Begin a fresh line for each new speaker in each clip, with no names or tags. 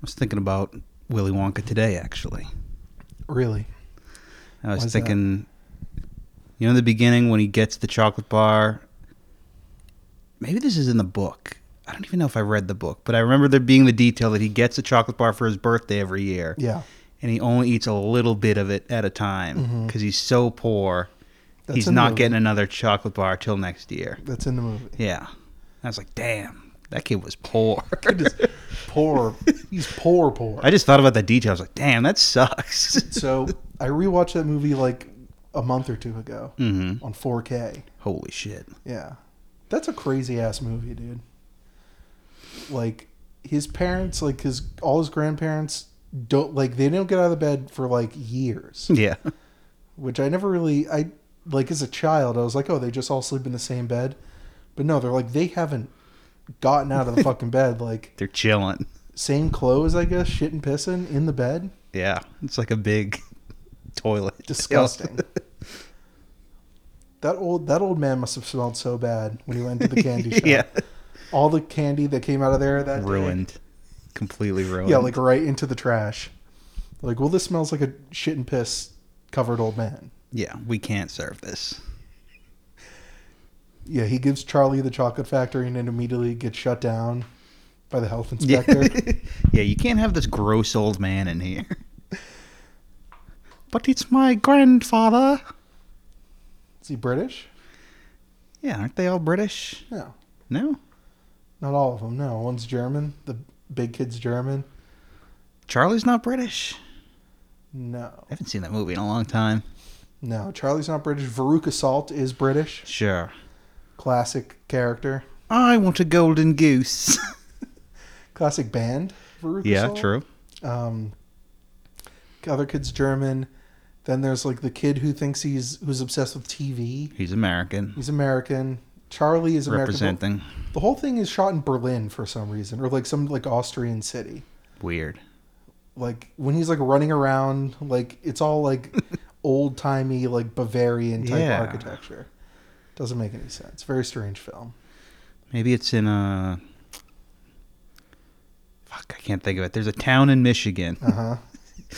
was thinking about Willy Wonka today, actually.
Really?
I was
Why's that?
thinking, you know, the beginning when he gets the chocolate bar. Maybe this is in the book. I don't even know if I read the book, but I remember there being the detail that he gets a chocolate bar for his birthday every year,
Yeah.
and he only eats a little bit of it at a time
Mhm.
because he's so poor.
That's
he's
in the
not
movie.
getting another chocolate bar till next year.
That's in the movie.
Yeah, I was like, damn, that kid was poor.
Poor. he's poor, poor.
I just thought about that detail. I was like, damn, that sucks.
so I rewatched that movie like a month or two ago
hmm
on 4K.
Holy shit.
Yeah. That's a crazy ass movie, dude. Like his parents, like his all his grandparents don't like they don't get out of bed for like years,
Yeah.
which I never really I like as a child I was like, "Oh, they just all sleep in the same bed." But no, they're like they haven't gotten out of the fucking bed like
They're chilling.
same clothes, I guess, shit and pissing in the bed.
Yeah, it's like a big toilet.
Disgusting. That old that old man must have smelled so bad when he went to the candy shop.
yeah,
All the candy that came out of there that day.
ruined, completely ruined.
Yeah, like right into the trash. Like, well, this smells like a shit and piss covered old man.
yeah, we can't serve this.
Yeah, he gives Charlie the chocolate factory and then immediately gets shut down by the health
Yeah.
inspector.
yeah, you can't have this gross old man in here. But it's my grandfather.
Is he British?
Yeah, aren't they all British?
No,
No,
not all of them. No, one's German. The big kid's German.
Charlie's not British.
No,
I haven't seen that movie in a long time.
no, Charlie's not British. Veruca Salt is British.
Sure.
Classic character.
I want a golden goose.
Classic band. Veruca
yeah,
Salt.
true.
um, other kid's German. Then there's like the kid who thinks he's who's obsessed with TV.
He's American,
He's American. Charlie is American.
representing.
The whole thing is shot in Berlin for some reason, or like some like Austrian city.
Weird.
Like when he's like running around, like it's all like old timey, like Bavarian type
Yeah.
architecture. Doesn't make any sense. Very strange film.
Maybe it's in a. Fuck, I can't think of it. There's a town in Michigan.
Uh huh.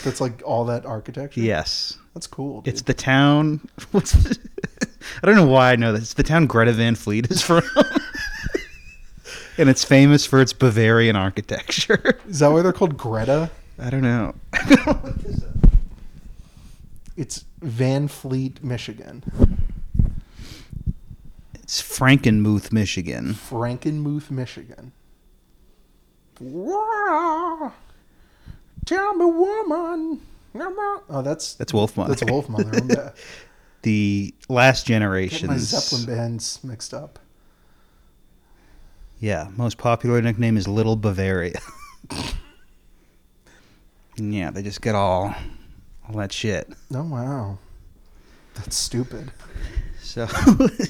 That's like all that architecture.
Yes,
that's cool. Dude.
it's the town. What's? The... I don't know why I know this. It's the town Greta Van Fleet is from, and it's famous for its Bavarian architecture.
is that why they're called Greta?
I don't know.
It's Van Fleet, Michigan.
It's Frankenmuth, Michigan.
Frankenmuth, Michigan. Wow. Tell me, woman. Oh, that's
That's Wolfmother.
that's Wolfmother. I'm bad.
The Last
Get my
Generations.
Zeppelin bands mixed up.
Yeah, most popular nickname is Little Bavaria. yeah, they just get all, all that shit.
Oh wow, that's stupid.
So, if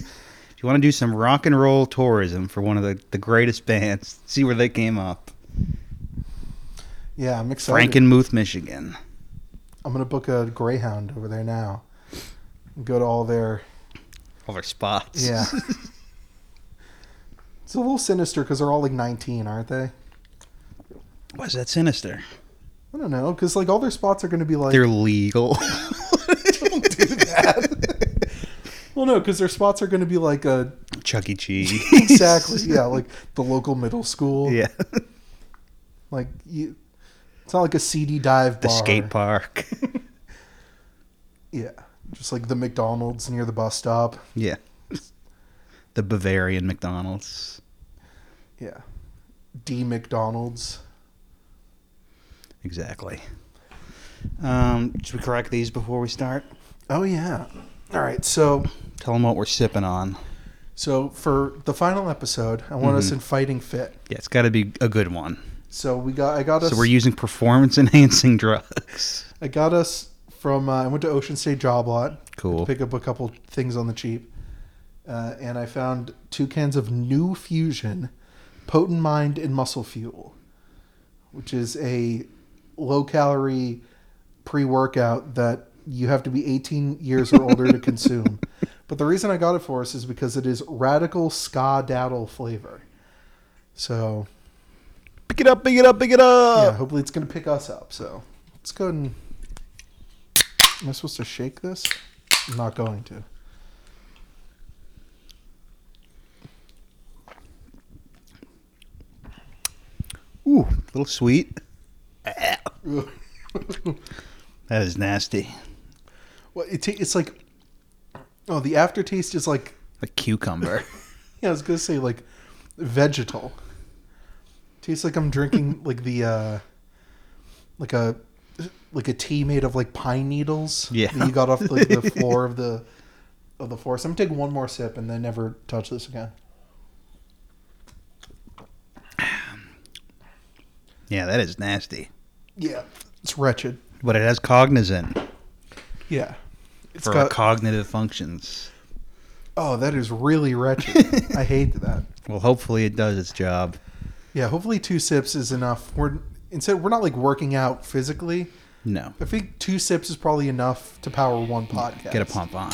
you want to do some rock and roll tourism for one of the, the greatest bands, see where they came up.
Yeah, I'm excited.
Frankenmuth, Michigan.
I'm gonna book a Greyhound over there now. Go to all their
All their spots.
yeah. it's a little sinister because they're all like 19, aren't they?
Why is that sinister?
I don't know because like all their spots are gonna be like
They're legal.
Don't do that. well, no, because their spots are going to be like a
Chuck E. Cheese.
exactly, yeah, like the local middle school.
Yeah.
like you, it's not like a CD dive
The
bar.
skate park.
Yeah, just like the McDonald's near the bus stop.
yeah. The Bavarian McDonald's.
Yeah, D McDonald's.
Exactly. Um, should we correct these before we start?
Oh yeah. All right, so
Tell them what we're sipping on.
so for the final episode, I want
Mm-hmm.
us in fighting fit.
Yeah, it's got to be a good one.
So we got I got us
So we're using performance enhancing drugs.
I got us from uh, I went to Ocean State Job Lot.
Cool.
to pick up a couple things on the cheap. Uh, and I found two cans of New Fusion, Potent Mind and Muscle Fuel, which is a low calorie pre workout that you have to be 18 years or older to consume. But the reason I got it for us is because it is radical ska daddle flavor. So
Pick it up, pick it up, pick it
yeah,
up.
hopefully it's gonna pick us up. So let's go ahead and. Am I supposed to shake this? I'm not going to.
Ooh, a little sweet.
Ugh.
That is nasty.
Well, it ta- it's like, oh, the aftertaste is like,
A cucumber.
yeah, I was gonna say like, vegetal. Tastes like I'm drinking like the, uh, like a, like a tea made of like pine needles.
Yeah.
that you got off like the floor of the, of the forest. I'm gonna take one more sip and then never touch this again.
yeah, that is nasty.
Yeah, it's wretched.
But it has cognizant
Yeah, it's
for our
got.
cognitive functions.
oh, that is really wretched. I hate that.
Well, hopefully it does its job.
Yeah, hopefully two sips is enough. We're instead we're not like working out physically.
No.
I think two sips is probably enough to power one podcast.
Get a pump on.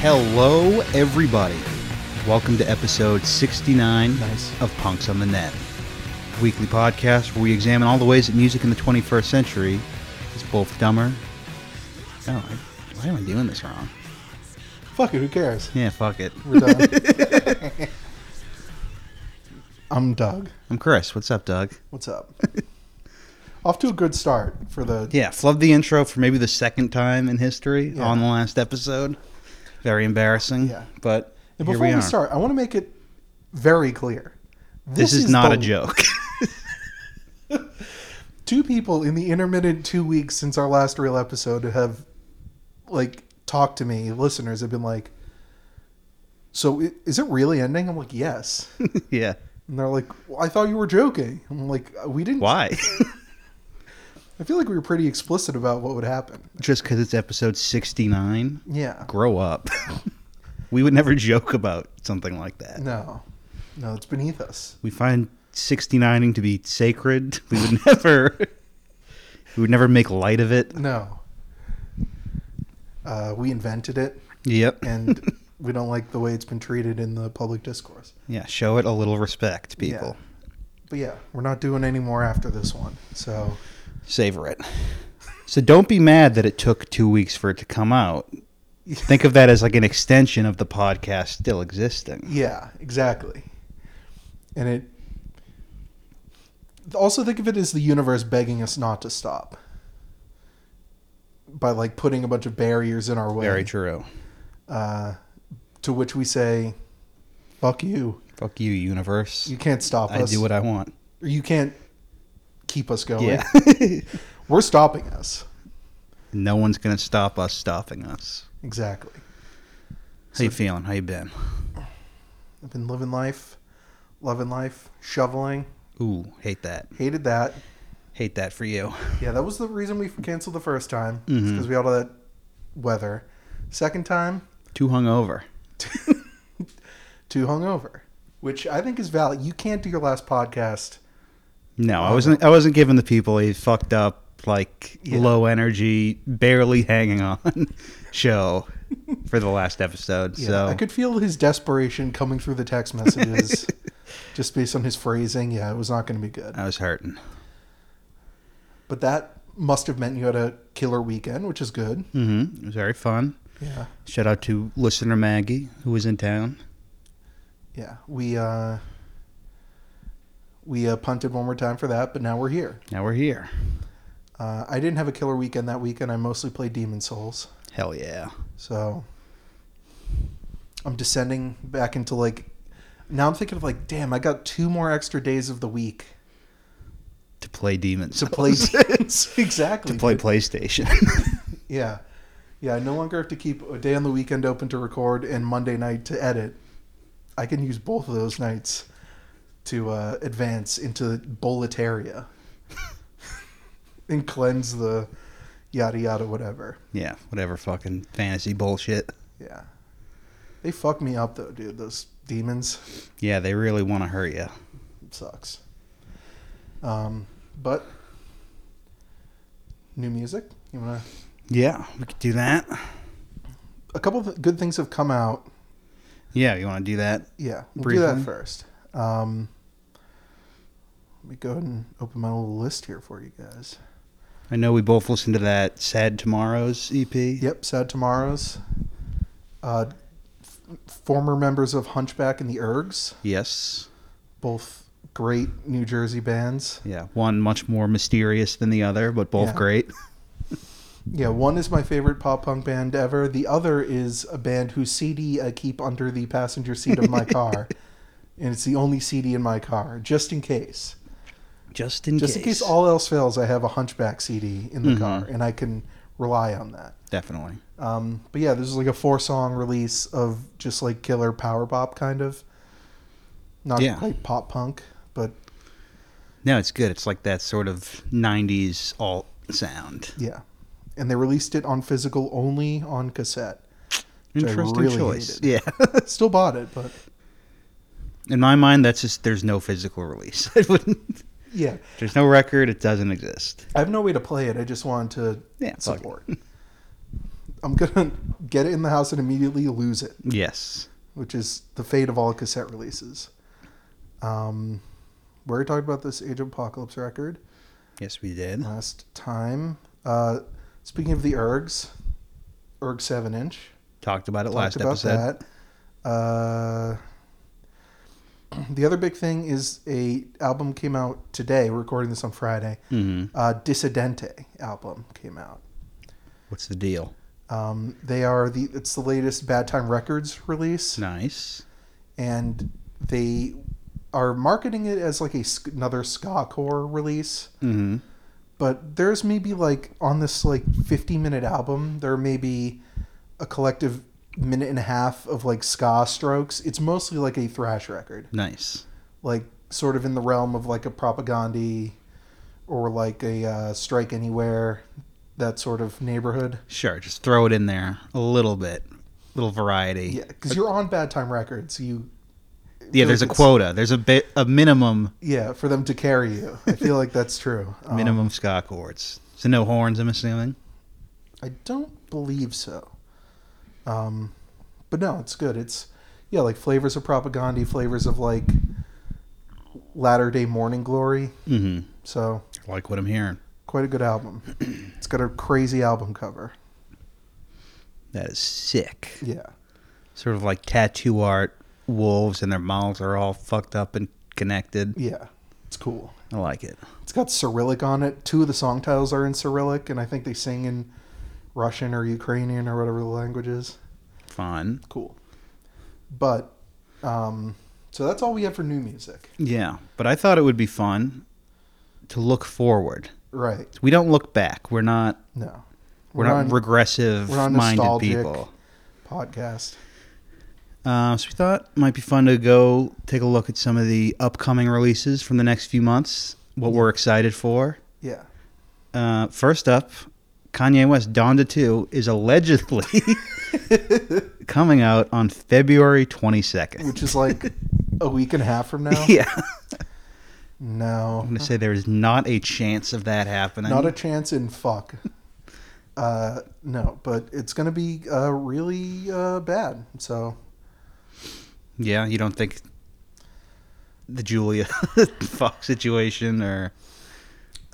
Hello, everybody. Welcome to episode 69
Nice.
of Punks on the Net, a weekly podcast where we examine all the ways that music in the 21st century is both dumber. Oh, I, why am I doing this wrong?
Fuck it, who cares?
Yeah, fuck it.
We're done. I'm Doug.
I'm Chris. What's up, Doug?
What's up? Off to a good start for the
Yeah, flubbed the intro for maybe the second time in history
Yeah.
on the last episode. Very embarrassing.
Yeah.
But
And
here
before
we
we,
are.
start, I want to make it very clear.
this, is, not
the-
a joke.
Two people in the intermittent two weeks since our last real episode have like talked to me. Listeners have been like, "So i- is it really ending?" I'm like, "Yes."
yeah.
And they're like, well, I thought you were joking. I'm like, we didn't.
Why?
I feel like we were pretty explicit about what would happen.
Just because it's episode 69?
Yeah.
Grow up. we would never joke about something like that.
No. No, it's beneath us.
We find 69ing to be sacred. We would never. We would never make light of it.
No. Uh, we invented it,
Yep.
and we don't like the way it's been treated in the public discourse.
Yeah, show it a little respect,
Yeah.
people.
But yeah, we're not doing any more after this one. So,
Savor it. So don't be mad that it took two weeks for it to come out. Think of that as like an extension of the podcast still existing.
yeah, exactly. And it. Also, think of it as the universe begging us not to stop by like putting a bunch of barriers in our way.
Very true.
uh, to which we say, "Fuck you!
Fuck you, universe.
You can't stop
I
us.
do what I want.
Or you can't keep us going.
Yeah.
We're stopping us.
no one's gonna stop us stopping us.
Exactly.
How you feeling? How you been?
I've been living life, loving life, shoveling.
Ooh, hate that.
Hated that.
Hate that for you.
Yeah, that was the reason we canceled the first time
Mhm.
because we had all that weather. Second time,
Too hungover.
too hungover, which I think is valid. You can't do your last podcast.
No, I wasn't. I wasn't giving the people a fucked up, like
Yeah.
low energy, barely hanging on show for the last episode.
Yeah,
so
I could feel his desperation coming through the text messages, just based on his phrasing. Yeah, it was not going to be good.
I was hurting.
But that must have meant you had a killer weekend, which is good.
hmm It was very fun.
Yeah.
Shout out to listener Maggie who was in town.
Yeah. We uh we uh, punted one more time for that, but now we're here.
Now we're here.
Uh, I didn't have a killer weekend that weekend. I mostly played Demon Souls.
Hell yeah.
So I'm descending back into like now I'm thinking of like, damn, I got two more extra days of the week
To play demons.
to play exactly.
to play
dude.
PlayStation.
Yeah. Yeah, I no longer have to keep a day on the weekend open to record and Monday night to edit. I can use both of those nights to uh, advance into bulletaria and cleanse the yada yada whatever.
yeah, whatever fucking fantasy bullshit.
Yeah. They fuck me up though, dude. Those demons
Yeah, they really want to hurt you.
It sucks. Um, but new music. You wanna?
Yeah, we could do that.
A couple of good things have come out
Yeah, you want to do that?
Yeah, we'll do that
Briefly.
first. Um, let me go ahead and open my little list here for you guys.
I know we both listened to that Sad Tomorrows E EP.
Yep, Sad Tomorrows. Uh, f- former members of Hunchback and the Ergs,
Yes.
both great New Jersey bands.
Yeah. One much more mysterious than the other, but both
Yeah.
great.
Yeah, one is my favorite pop punk band ever. The other is a band whose CD I keep under the passenger seat of my car. And it's the only CD in my car, just in case.
Just in
Just
case.
in case all else fails, I have a Hunchback CD in the
Mhm.
car, and I can rely on that.
Definitely.
Um, but yeah, this is like a four song release of just like killer power pop kind of. Not
Yeah.
quite pop punk, but
No, it's good. It's like that sort of 90s alt sound.
yeah. And they released it on physical only on cassette. Which I
Interesting
really
choice. Yeah.
Still bought it, but
In my mind, that's just, there's no physical release. I wouldn't,
yeah.
there's no record. It doesn't exist.
I have no way to play it. I just wanted to
Yeah, fuck it.
support. I'm gonna get it in the house and immediately lose it,
Yes.
which is the fate of all cassette releases. Um, we already talked about this Age of Apocalypse record.
Yes, we did.
last time. Uh, speaking of the ergs, erg seven inch.
Talked about it last
talked
episode.
about that. Uh, the other big thing is a album came out today. We're recording this on Friday.
hmm
Uh, Dissidente album came out.
What's the deal?
Um, they are the it's the latest Bad Time Records release,
Nice.
and they are marketing it as like a sk- another ska core release.
Mm-hmm.
but there's maybe like on this like 50 minute album there may be a collective minute and a half of like ska strokes it's mostly like a thrash record
Nice.
like sort of in the realm of like a propaganda or like a uh, strike anywhere that sort of neighborhood
Sure, just throw it in there a little bit, little variety.
yeah because you're on bad time records you
Yeah, there's a
it's-
quota. There's a bit a minimum
yeah for them to carry you i feel like that's true Um,
minimum ska chords. So no horns, I'm assuming.
I don't believe so. Um, but no, it's good. It's yeah, like flavors of propaganda, flavors of like latter day morning glory.
Mm-hmm.
So
I like what I'm hearing.
quite a good album. it's got a crazy album cover.
That is sick.
Yeah,
Sort of like tattoo art wolves, and their mouths are all fucked up and connected.
yeah, it's cool.
I like it.
It's got Cyrillic on it. Two of the song titles are in Cyrillic, and I think they sing in Russian or Ukrainian or whatever the language is.
Fun.
Cool. But um, so that's all we have for new music,
Yeah, but I thought it would be fun to look forward.
right?
We don't look back. We're not.
No,
We're, not
on-
regressive
we're not
minded
nostalgic.
people.
podcast.
Uh, so we thought it might be fun to go take a look at some of the upcoming releases from the next few months.
Mm-hmm.
What we're excited for.
Yeah.
Uh, first up, Kanye West Donda 2 is allegedly coming out on February 22nd.
Which is like a week and a half from now.
Yeah. I'm
No.
going to say there is not a chance of that happening.
Not a chance in fuck. Uh, no, but it's going to be uh, really uh, bad. So,
yeah, you don't think the Julia Fox situation or.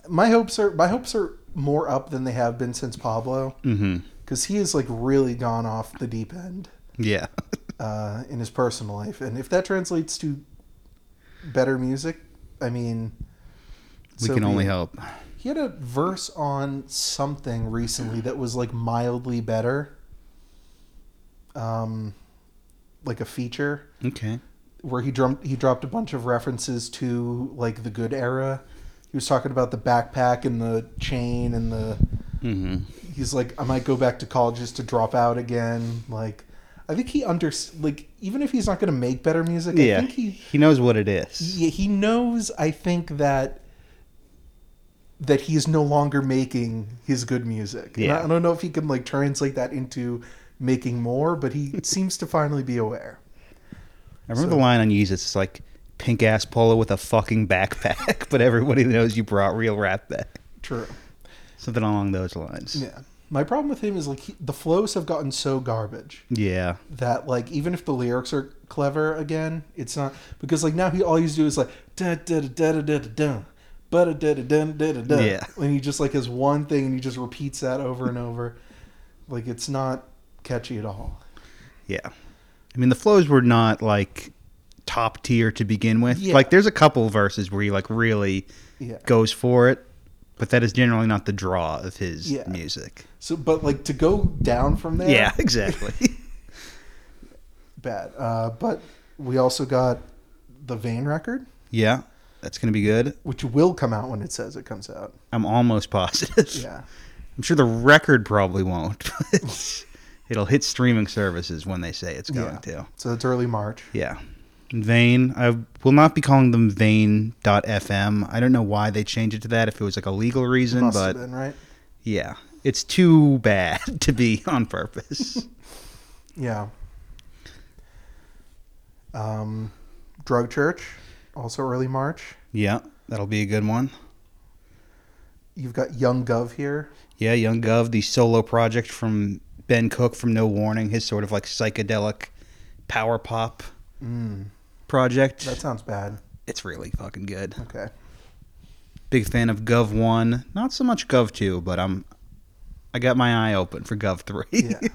my hopes are my hopes are more up than they have been since Pablo
hmm
cuz he has like really gone off the deep end
Yeah.
uh, in his personal life. And if that translates to better music, I mean
We
so
can
be
only
it.
hope.
He had a verse on something recently that was like mildly better. Um like a feature
Okay.
where he drummed he dropped a bunch of references to like the good era. He was talking about the backpack and the chain and the
hmm
he's like I might go back to college just to drop out again like I think he under like even if he's not going to make better music I
Yeah.
think he
He knows what it is.
yeah, he knows. I think that that he is no longer making his good music. And I-
Yeah.
I don't know if he can like translate that into making more, but he seems to finally be aware.
I remember
So-
the line on Yeezus. It's like pink ass polo with a fucking backpack, but everybody knows you brought real rap back.
True.
Something along those lines.
Yeah. My problem with him is like he, the flows have gotten so garbage
Yeah.
that like even if the lyrics are clever again, it's not because like now he all he's do is like da da da da da da da da da da da da da da
Yeah.
and he just like has one thing and he just repeats that over and over, like it's not catchy at all.
Yeah. I mean, the flows were not like top tier to begin with.
Yeah.
Like, there's a couple verses where he like really
Yeah.
goes for it, but that is generally not the draw of his
Yeah.
music.
So but like to go down from there,
Yeah, exactly.
bad. Uh, but we also got the Vane record,
yeah, that's gonna be good.
which will come out when it says it comes out.
I'm almost positive.
Yeah.
I'm sure the record probably won't, but it'll hit streaming services when they say it's going
Yeah.
to.
So it's early March.
Yeah. Vane. I will not be calling them Vane.fm. I don't know why they changed it to that, if it was like a legal reason,
Must
but
have been right.
yeah. It's too bad to be on purpose.
Yeah. Um, Drug Church, also early March.
yeah, that'll be a good one.
You've got Young Gov here.
Yeah, Young Gov, the solo project from Ben Cook from No Warning, his sort of like psychedelic power pop
Mm,
project.
that sounds bad.
it's really fucking good.
Okay.
Big fan of Gov one, not so much Gov two, but I'm I got my eye open for Gov three.
Yeah.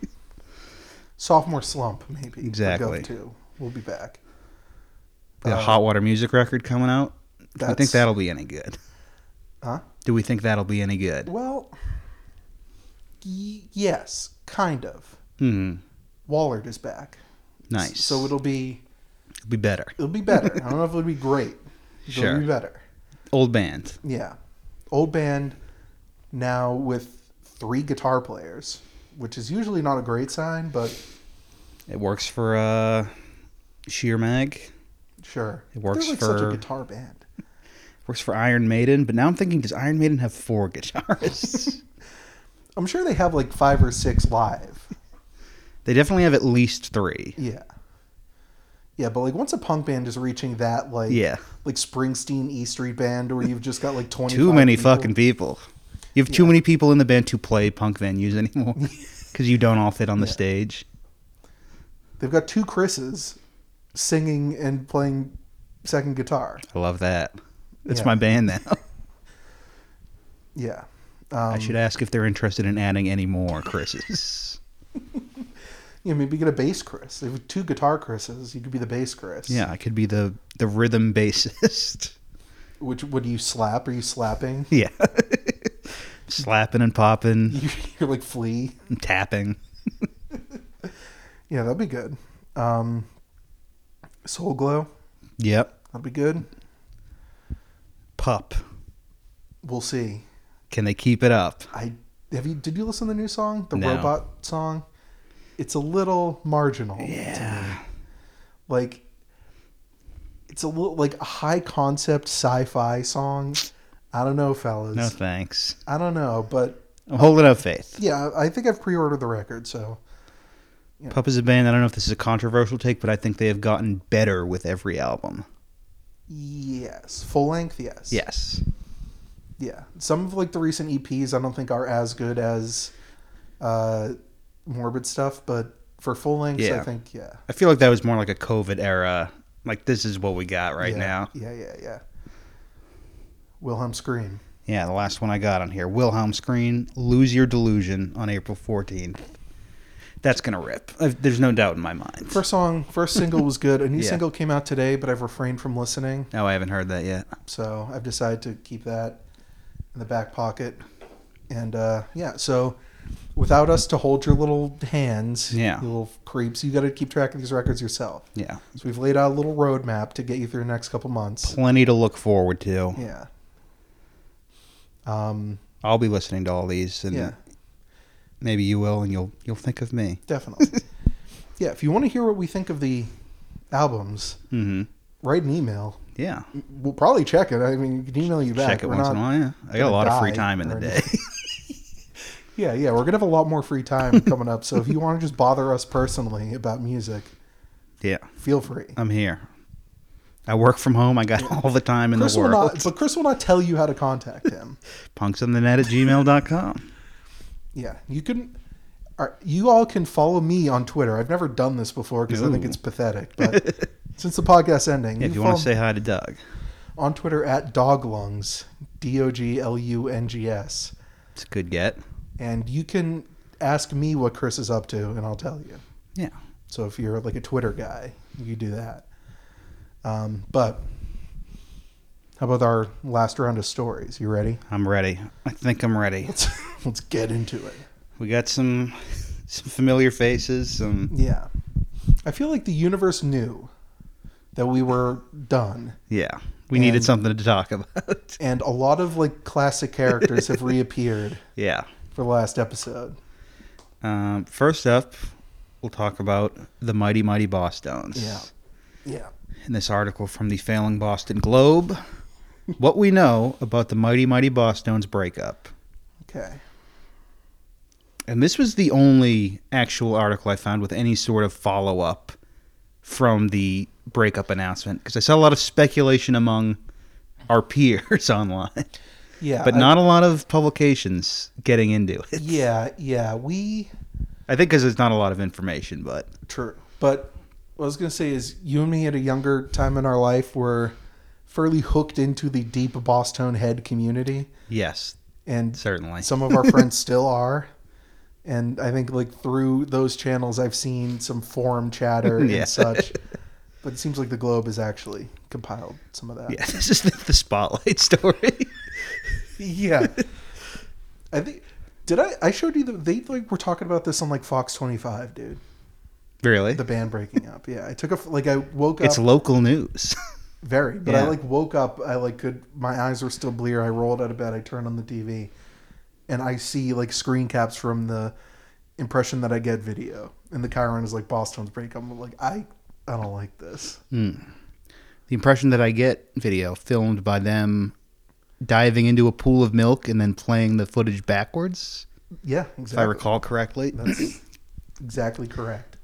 Sophomore slump, maybe. for
Exactly.
Gov too. We'll be back.
the
Uh,
Hot Water Music record coming out. Do we think
that's-
that'll be any good?
Huh?
Do we think that'll be any good?
Well, y- yes, kind of.
Hmm.
Wallard is back.
Nice.
So it'll be
It'll be better.
it'll be better. I don't know if it'll be great. but
Sure.
It'll be better.
Old band.
Yeah. Old band now with three guitar players, which is usually not a great sign, but
It works for uh, Sheer Mag.
sure.
It works
They're like such
for-
a guitar band.
Works for Iron Maiden. But now I'm thinking, does Iron Maiden have four guitarists?
I'm sure they have like five or six live.
they definitely have at least three.
Yeah. Yeah, but like once a punk band is reaching that like
Yeah.
like Springsteen E Street band where you've just got like twenty
Too many fucking people. You have too many people in the band to play punk venues anymore because you don't all fit on the
Yeah.
stage.
They've got two Chris's singing and playing second guitar.
I love that. That's
Yeah.
my band now.
Yeah. Um,
I should ask if they're interested in adding any more Chris's.
Yeah, maybe get a bass Chris. They have two guitar Chris's. You could be the bass Chris.
yeah, I could be the the rhythm bassist.
Which would you slap? Are you slapping?
yeah, slapping and popping,
You- You're like flea.
and tapping.
Yeah, that'd be good. Um, Soul Glow,
Yep,
that'd be good.
pup.
We'll see.
Can they keep it up?
I have you? Did you listen to the new song, the
No.
robot song? It's a little marginal. To me.
Yeah.
Like, it's a little like a high concept sci-fi song. I don't know, fellas.
No thanks.
I don't know, but
I'm holding out faith.
yeah, I think I've pre-ordered the record, so
Pup is a band. I don't know if this is a controversial take, but I think they have gotten better with every album.
yes, full length, yes.
Yes.
Yeah, some of like the recent EPs I don't think are as good as uh, morbid stuff, but for full lengths, I
Yeah.
think yeah.
I feel like that was more like a COVID era. Like this is what we got right
Yeah.
now.
Yeah, yeah, yeah. Wilhelm scream.
Yeah, the last one I got on here. Wilhelm Scream, Lose Your Delusion on April 14th. That's going to rip. i there's no doubt in my mind.
First song, first single was good. A new
Yeah.
single came out today, but I've refrained from listening,
no, I haven't heard that yet.
so I've decided to keep that in the back pocket. And uh, yeah, so without us to hold your little hands,
Yeah.
you little creeps, you got to keep track of these records yourself.
Yeah.
So we've laid out a little roadmap to get you through the next couple months.
Plenty to look forward to.
Yeah. Um,
I'll be listening to all these and
Yeah.
maybe you will and you'll you'll think of me.
definitely. yeah, if you want to hear what we think of the albums,
Mhm.
Mm-hmm. write an email.
Yeah.
We'll probably check it. I mean, we can email you back.
Check it
We're
once
not
in a while. Yeah. I got a
gonna
lot of free
die
time in
or
the day.
anything. Yeah, yeah, we're gonna have a lot more free time coming up. So if you want to just bother us personally about music,
Yeah,
feel free.
I'm here. I work from home. I got all the time in
Chris
the
will
world.
not, but Chris will not tell you how to contact him.
Punks on the net at gmail.com.
yeah, you can. all right, You all can follow me on Twitter. I've never done this before because I think
Ooh.
it's pathetic. But since the podcast ending,
Yeah, if you
follow
want to say hi to Doug,
on Twitter at doglungs, D O G L U N G S,
it's a good get.
and you can ask me what Chris is up to, and I'll tell you.
Yeah.
So if you're like a Twitter guy, you do that. Um, but how about our last round of stories? You ready?
I'm ready. I think I'm ready.
Let's let's get into it.
We got some some familiar faces. Some
Yeah, I feel like the universe knew that we were done,
yeah. We
And-
needed something to talk about.
and a lot of like classic characters have reappeared
yeah.
for the last episode.
Um, first up, we'll talk about the mighty mighty Boston's.
Yeah. Yeah.
in this article from the failing Boston Globe what we know about the mighty mighty Boston's breakup.
Okay.
And this was the only actual article I found with any sort of follow up from the breakup announcement because I saw a lot of speculation among our peers online,
Yeah.
but
I-
not a lot of publications getting into it.
Yeah, yeah, we
I think because there's not a lot of information, but
true. But what I was gonna say is, you and me at a younger time in our life were fairly hooked into the deep Boston head community,
yes,
and
certainly.
some of our friends still are. And I think like through those channels, I've seen some forum chatter
Yeah.
and such. But it seems like the Globe has actually compiled some of that.
yeah, this is the, the spotlight story.
Yeah. I think did I? I showed you the they like were talking about this on like Fox twenty five, dude.
really?
The band breaking up. Yeah, I took a f- like I woke up.
It's local news.
Very, but I
Yeah.
like woke up. I like could. My eyes were still blear. I rolled out of bed. I turned on the TV, and I see like screen caps from the impression that I get video. And the Chiron is like Boston's break. I'm like I, I don't like this.
the impression that I get video filmed by them diving into a pool of milk and then playing the footage backwards,
Yeah,
if I
exactly.
recall correctly.
That's exactly correct.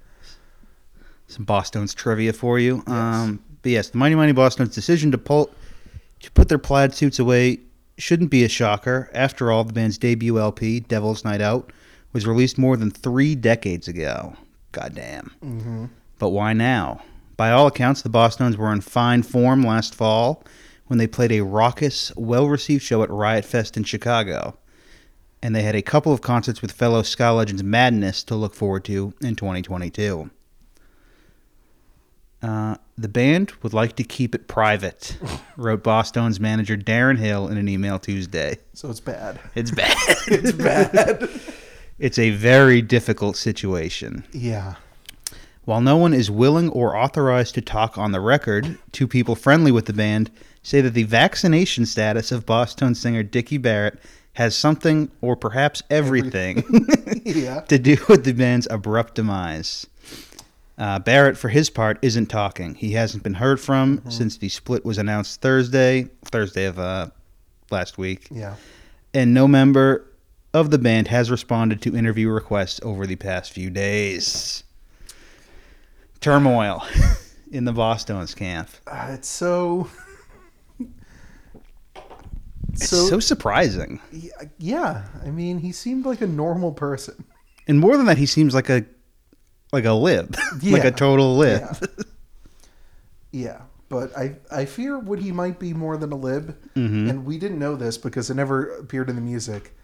Some Boston's trivia for you. Um, but yes, the Mighty Mighty Boston's decision to pull to put their plaid suits away shouldn't be a shocker. After all, the band's debut LP, Devil's Night Out, was released more than three decades ago. Goddamn.
Mm-hmm.
But why now? By all accounts, the Boston's were in fine form last fall when they played a raucous, well received show at Riot Fest in Chicago. And they had a couple of concerts with fellow Sky Legends Madness to look forward to in 2022. Uh, the band would like to keep it private, wrote Boston's manager Darren Hill in an email Tuesday.
So it's bad.
It's bad.
It's bad.
it's a very difficult situation.
yeah.
While no one is willing or authorized to talk on the record, two people friendly with the band say that the vaccination status of Boston singer Dickie Barrett has something, or perhaps everything,
Yeah.
to do with the band's abrupt demise. Uh, Barrett, for his part, isn't talking. He hasn't been heard from
Mm-hmm.
since the split was announced Thursday, Thursday of uh, last week,
Yeah.
and no member of the band has responded to interview requests over the past few days. Turmoil in the Boston's camp.
Uh, it's so.
It's
So-
so, surprising.
Yeah. I mean, he seemed like a normal person.
And more than that, he seems like a like a lib. like
Yeah.
a total lib.
Yeah. Yeah, but I I fear what he might be more than a lib,
Mhm.
and we didn't know this because it never appeared in the music.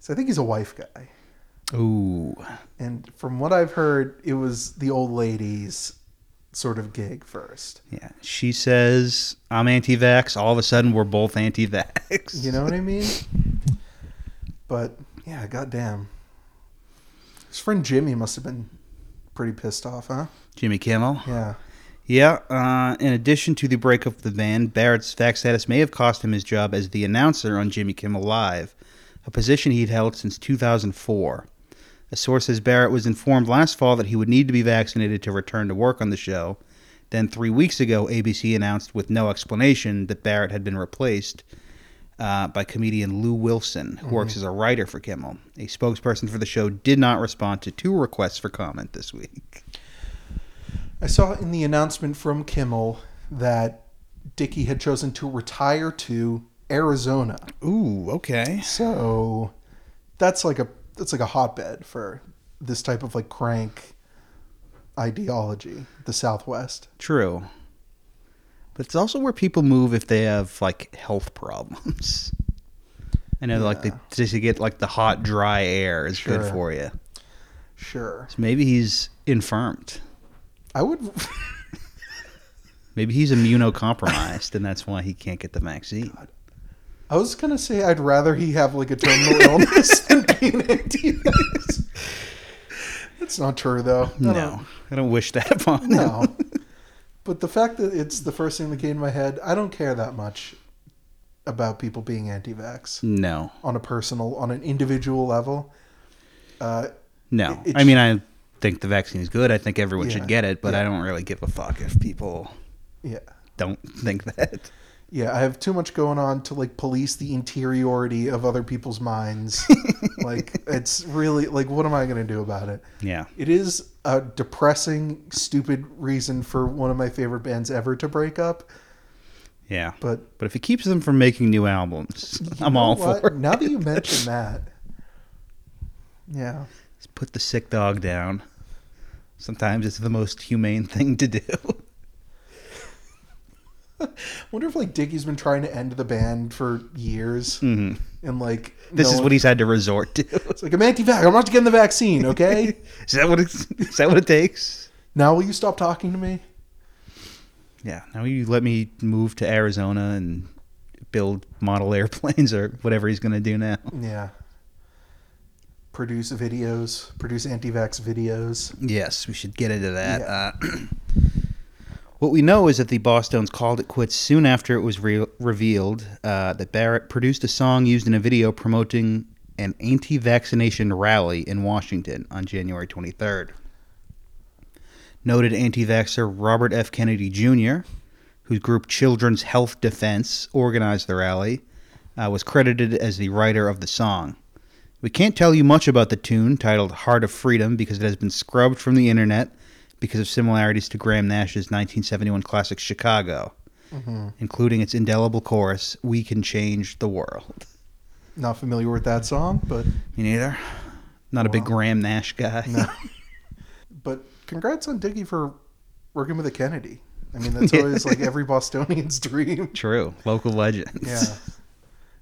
So I think he's a wife guy,
Ooh.
and from what I've heard, it was the old ladies sort of gig first.
Yeah. She says, I'm anti vax. All of a sudden we're both anti vax.
You know what I mean? But yeah, goddamn, his friend Jimmy must have been pretty pissed off, huh?
Jimmy Kimmel.
Yeah,
Yeah. Uh, in addition to the breakup of the band, Barrett's vax status may have cost him his job as the announcer on Jimmy Kimmel Live, a position he'd held since 2004. A source says Barrett was informed last fall that he would need to be vaccinated to return to work on the show. Then three weeks ago, ABC announced with no explanation that Barrett had been replaced. uh, by comedian Lou Wilson, who works as a writer for Kimmel. A spokesperson for the show did not respond to two requests for comment this week.
I saw in the announcement from Kimmel that Dickey had chosen to retire to Arizona.
Ooh, okay.
So that's like a that's like a hotbed for this type of like crank ideology, the Southwest.
True. But it's also where people move if they have like health problems. I know, like they
Yeah.
just to get like the hot, dry air is good
Sure.
for you.
Sure.
So maybe he's infirmed.
I would
Maybe he's immunocompromised, and that's why he can't get the vaccine.
I was gonna say I'd rather he have like a terminal illness than be an anti-vax. That's not true though. I
No, I don't wish that upon
don't-
him.
No. But the fact that it's the first thing that came to my head, I don't care that much about people being anti-vax
No,
on a personal, on an individual level. Uh,
no.
It- it
I mean, I think the vaccine is good. I think everyone
Yeah,
should get it, but
yeah.
I don't really give a fuck if people
yeah.
don't think that.
Yeah, I have too much going on to like police the interiority of other people's minds. like it's really like what am I going to do about it?
Yeah.
It is a depressing, stupid reason for one of my favorite bands ever to break up.
Yeah.
But
But if it keeps them from making new albums,
you
I'm
know
all
what?
for it.
Now that you mention that, yeah,
Just put the sick dog down. Sometimes it's the most humane thing to do.
wonder if like Dickie's been trying to end the band for years,
Mhm.
and like
This
no
is
one-
what he's had to resort to.
It's like I'm anti-vax. I'm not getting the vaccine. Okay,
Is that what it's, is that what it takes?
now will you stop talking to me?
Yeah. Now you let me move to Arizona and build model airplanes or whatever he's going to do now.
Yeah. Produce videos. Produce anti-vax videos.
Yes, we should get into that. Uh, what we know is that the Boston's called it quits soon after it was re- revealed uh, that Barrett produced a song used in a video promoting an anti vaccination rally in Washington on January 23rd. Noted anti vaxxer Robert F. Kennedy Jr., whose group Children's Health Defense organized the rally, uh, was credited as the writer of the song. We can't tell you much about the tune titled Heart of Freedom because it has been scrubbed from the internet because of similarities to Graham Nash's 1971 classic Chicago,
Mm-hmm.
including its indelible chorus, We Can Change the World.
Not familiar with that song, but
Me neither. Not a big
Wow.
Graham Nash guy.
No. but congrats on Diggy for working with a Kennedy. I mean, that's
Yeah.
always like every Bostonian's dream.
True. Local legends.
Yeah.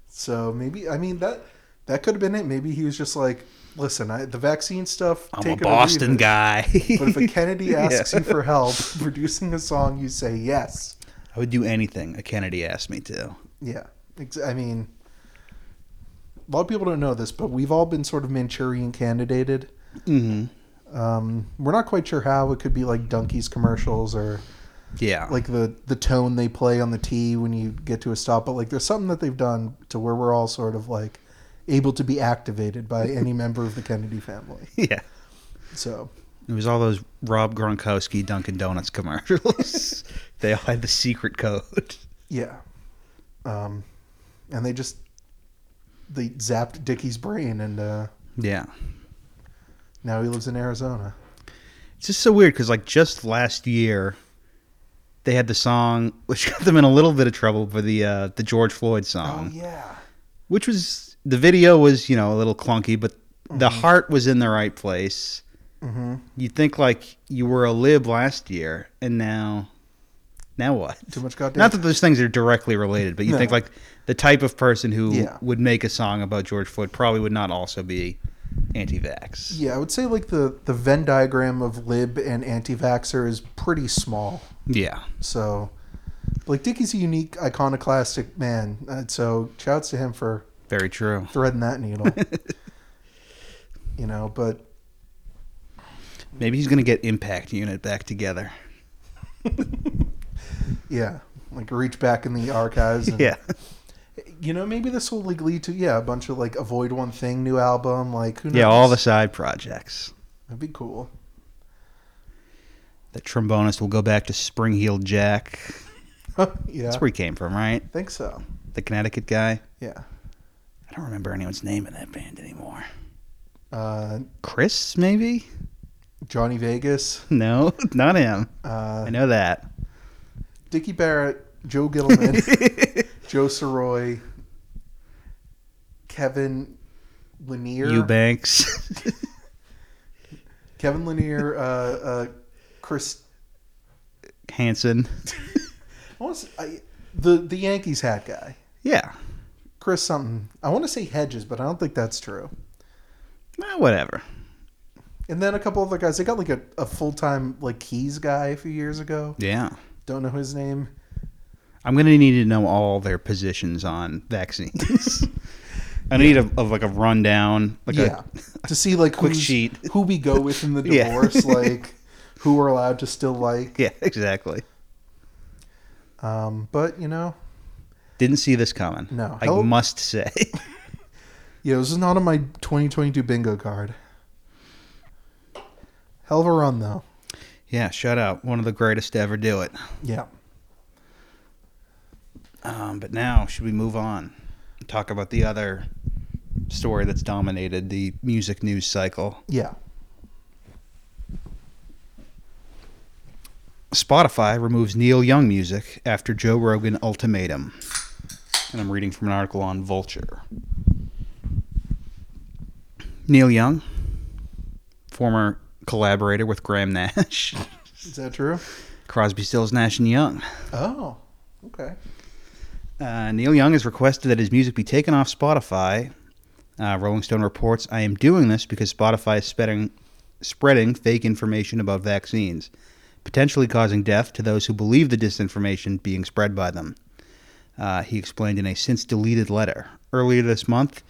So maybe I mean that that could have been it. Maybe he was just like, listen, I, the vaccine stuff.
I'm
take it or
a
leave
Boston
it."
guy.
But if a Kennedy
Yeah.
asks you for help producing a song, you say yes.
I would do anything a Kennedy asked me to.
Yeah. Ex- I mean, a lot of people don't know this, but we've all been sort of Manchurian candidated.
Mm-hmm.
Um, we're not quite sure how. It could be like Dunkies commercials or
Yeah.
like the the tone they play on the tee when you get to a stop. But like, there's something that they've done to where we're all sort of like able to be activated by any member of the Kennedy family.
yeah.
So
It was all those Rob Gronkowski Dunkin' Donuts commercials. they all had the secret code.
yeah, um, and they just they zapped Dickie's brain, and uh,
Yeah.
now he lives in Arizona.
It's just so weird because, like, just last year, they had the song, which got them in a little bit of trouble for the uh, the George Floyd
Oh
song,
yeah,
which was the video was you know a little clunky, but the
Mm-hmm.
heart was in the right place.
hmm
You think like you were a lib last year, and now, now what?
too much goddamn.
Not that those things are directly related, but you
No.
think like the type of person who
Yeah.
would make a song about George Floyd probably would not also be anti-vax.
yeah, I would say like the the Venn diagram of lib and anti-vaxer is pretty small.
Yeah.
So, like Dickie's a unique iconoclastic man. Uh, so, shouts to him for
Very true.
threading that needle. you know, but
Maybe he's going to get Impact Unit back together.
yeah, like reach back in the archives. And,
Yeah.
You know, maybe this will like lead to yeah a bunch of like avoid one thing new album. Like who knows?
Yeah, all the side projects.
That'd be cool.
The trombonist will go back to Spring Heeled Jack.
yeah,
That's where he came from, right?
I think so.
The Connecticut guy.
Yeah.
I don't remember anyone's name in that band anymore.
Uh,
Chris, maybe?
Johnny Vegas,
No, not him.
uh,
I know that.
Dickie Barrett, Joe Gittleman, Joe Soroy, Kevin Lanier.
Eubanks.
Kevin Lanier, uh, uh, Chris.
Hanson.
I want to I, the the Yankees hat guy,
Yeah.
Chris something. I want to say Hedges, but I don't think that's true.
Well, whatever.
And then a couple other guys. They got like a, a full time like keys guy a few years ago.
Yeah.
Don't know his name.
I'm going to need to know all their positions on vaccines. I need a, of like a rundown, like
yeah, to see like
quick
who's-
sheet.
who we go with in the
Yeah.
divorce, like who we're allowed to still like.
a yeah, exactly.
Um, but you know,
Didn't see this coming.
No.
I
Help.
must say.
yeah, this is not on my 2022 bingo card. Hell of a run though.
yeah, shut up. One of the greatest to ever do it.
Yeah.
Um, but now, should we move on and talk about the other story that's dominated the music news cycle?
Yeah.
Spotify removes Neil Young music after Joe Rogan ultimatum. And I'm reading from an article on Vulture. Neil Young, former collaborator with Graham Nash,
Is that true?
Crosby, Stills, Nash, and Young.
Oh. Okay.
Uh, Neil Young has requested that his music be taken off Spotify. Uh, Rolling Stone reports, "I am doing this because Spotify is spreading, spreading fake information about vaccines, potentially causing death to those who believe the disinformation being spread by them." Uh, he explained in a since deleted letter earlier this month.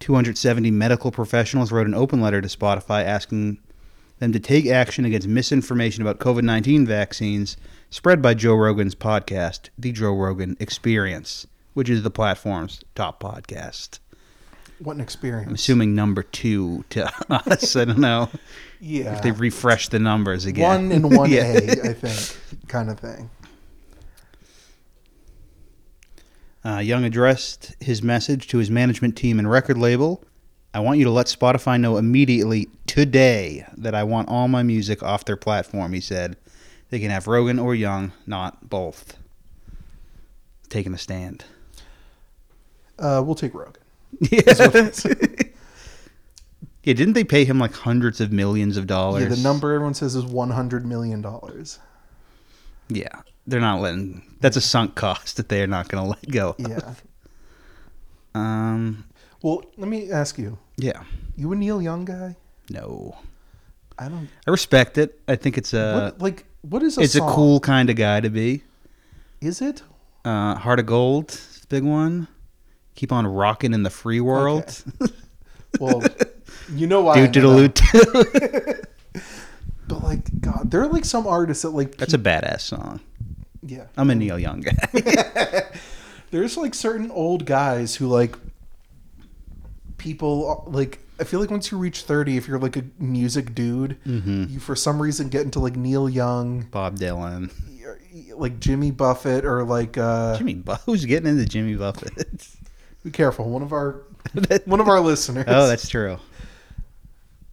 270 medical professionals wrote an open letter to Spotify asking them to take action against misinformation about COVID 19 vaccines spread by Joe Rogan's podcast, The Joe Rogan Experience, which is the platform's top podcast.
What an experience.
I'm assuming number two to us. I don't know
Yeah.
if they refresh the numbers again.
one and one
Yeah.
A, I think, kind of thing.
Uh, Young addressed his message to his management team and record label. I want you to let Spotify know immediately today that I want all my music off their platform, he said. They can have Rogan or Young, not both. Taking a stand.
Uh, we'll take Rogan.
Yeah. yeah, didn't they pay him like hundreds of millions of dollars?
Yeah, the number everyone says is one hundred million dollars.
Yeah, they're not letting. That's a sunk cost that they are not going to let go. of.
Yeah.
Um.
well, let me ask you:
Yeah.
You a Neil Young guy?
No.
I don't.
I respect it. I think it's a.
what, like, what is a
Uh, it's
song?
a cool kind of guy to be.
Is it?
Uh, Heart of Gold, is a big one. Keep on rocking in the free world.
Well, you know why. I
Do diddle
know that.
doo.
But like, God, there are like some artists that like.
That's a badass song.
yeah.
I'm a Neil Young guy.
There's like certain old guys who like people like. I feel like once you reach thirty, if you're like a music dude,
Mm-hmm.
you for some reason get into like Neil Young,
Bob Dylan.
like Jimmy Buffett, or like uh,
Jimmy Bu- Who's getting into Jimmy Buffett?
be careful one of our one of our listeners.
oh, that's true.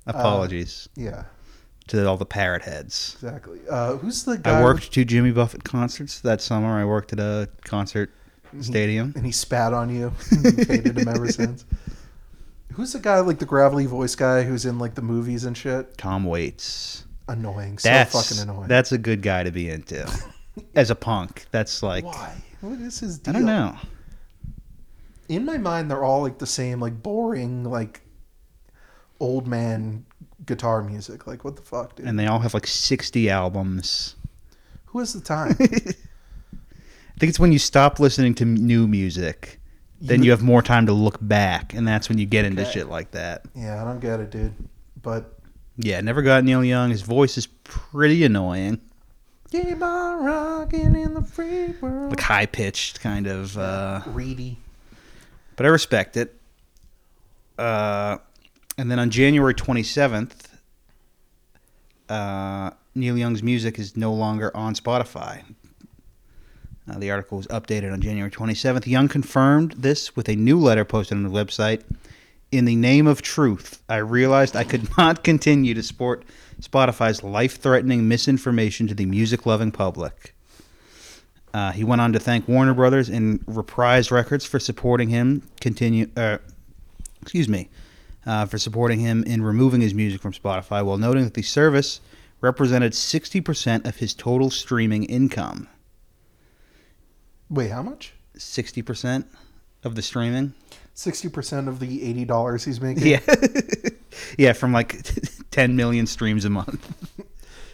Uh, Apologies
yeah,
to all the parrot heads.
exactly. Uh, who's the guy?
I worked two Jimmy Buffett concerts that summer. I worked at a concert stadium.
and he spat on you. and you've hated him ever since. Who's the guy like the gravelly voice guy who's in like the movies and shit?
Tom Waits.
Annoying, so
That's
fucking annoying.
that's a good guy to be into. As a punk, that's like
why? What is his
I
deal?
don't know.
In my mind, they're all like the same, like boring, like old man guitar music. Like what the fuck, dude?
And they all have like 60 albums.
Who has the time?
I think it's when you stop listening to m- new music, then you have more time to look back, and that's when you get into
Okay.
shit like that.
yeah, I don't get it, dude. But
Yeah, never got Neil Young. His voice is pretty annoying,
keep on rocking in the free world.
like high pitched kind of. Uh,
Reedy.
but I respect it. Uh, and then on January 27th, uh, Neil Young's music is no longer on Spotify. Uh, the article was updated on January 27th. Young confirmed this with a new letter posted on the website. In the name of truth, I realized I could not continue to support Spotify's life threatening misinformation to the music loving public. Uh, he went on to thank Warner Brothers and Reprise Records for supporting him. Continue, uh, excuse me, uh, for supporting him in removing his music from Spotify, while noting that the service represented 60% of his total streaming income.
Wait, how much?
60% of the streaming?
Sixty percent of the eighty dollars he's making.
Yeah. yeah, from like 10 million streams a month.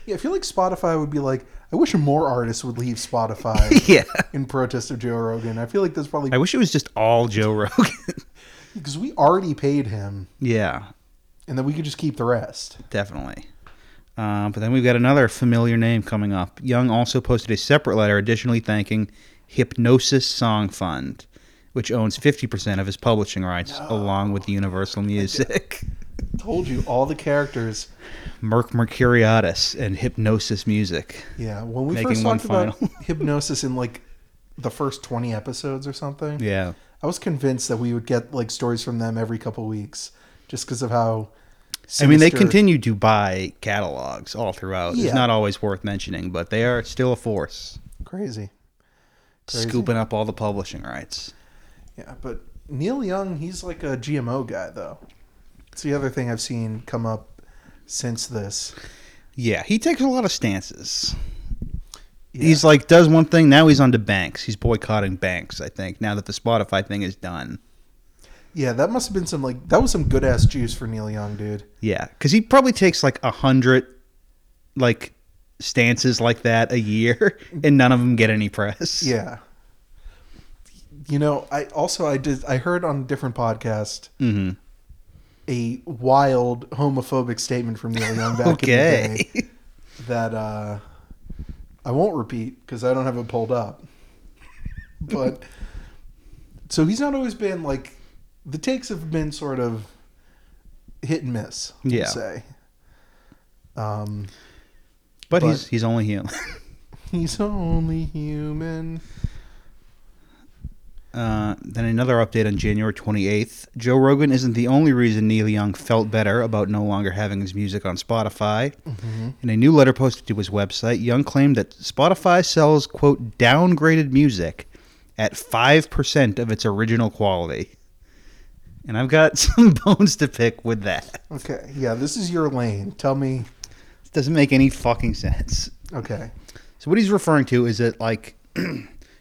Yeah, I feel like Spotify would be like, I wish more artists would leave Spotify
yeah.
in protest of Joe Rogan. I feel like that's probably
I wish it was just all Joe Rogan.
because we already paid him,
yeah,
and then we could just keep the rest.
definitely. Uh, but then we've got another familiar name coming up. Young also posted a separate letter additionally thanking Hypnosis Song Fund, which owns 50% of his publishing rights along with Universal Music.
Told you all the characters.
Merc Mercuriatus and Hypnosis Music.
Yeah, when we
Making
first
one
talked about hypnosis in like the first twenty episodes or something,
Yeah.
I was convinced that we would get like stories from them every couple weeks, just because of how.
I mean, they
sinister-
continue to buy catalogs all throughout.
Yeah.
It's not always worth mentioning, but they are still a force,
crazy. Crazy.
scooping up all the publishing rights.
Yeah, but Neil Young, he's like a GMO guy, though. It's the other thing I've seen come up since this.
Yeah, he takes a lot of stances.
Yeah.
He's like does one thing. Now he's onto banks. He's boycotting banks. I think now that the Spotify thing is done.
yeah, that must have been some like that was some good ass juice for Neil Young, dude.
Yeah, because he probably takes like a hundred like stances like that a year, and none of them get any press.
Yeah. You know, I also I did I heard on a different podcast
hmm
a wild homophobic statement from Neil Young back in the
Okay.
day that uh I won't repeat because I don't have it pulled up. But so he's not always been like the takes have been sort of hit and miss. I'd
Yeah.
say. Um,
but,
But-
he's he's only human.
he's only human.
Uh, then another update on January 28th. Joe Rogan isn't the only reason Neil Young felt better about no longer having his music on Spotify. In a new letter posted to his website, Young claimed that Spotify sells, quote, downgraded music at 5% of its original quality. And I've got some bones to pick with that.
Okay, yeah, this is your lane. Tell me.
It doesn't make any fucking sense.
Okay,
So what he's referring to is that like,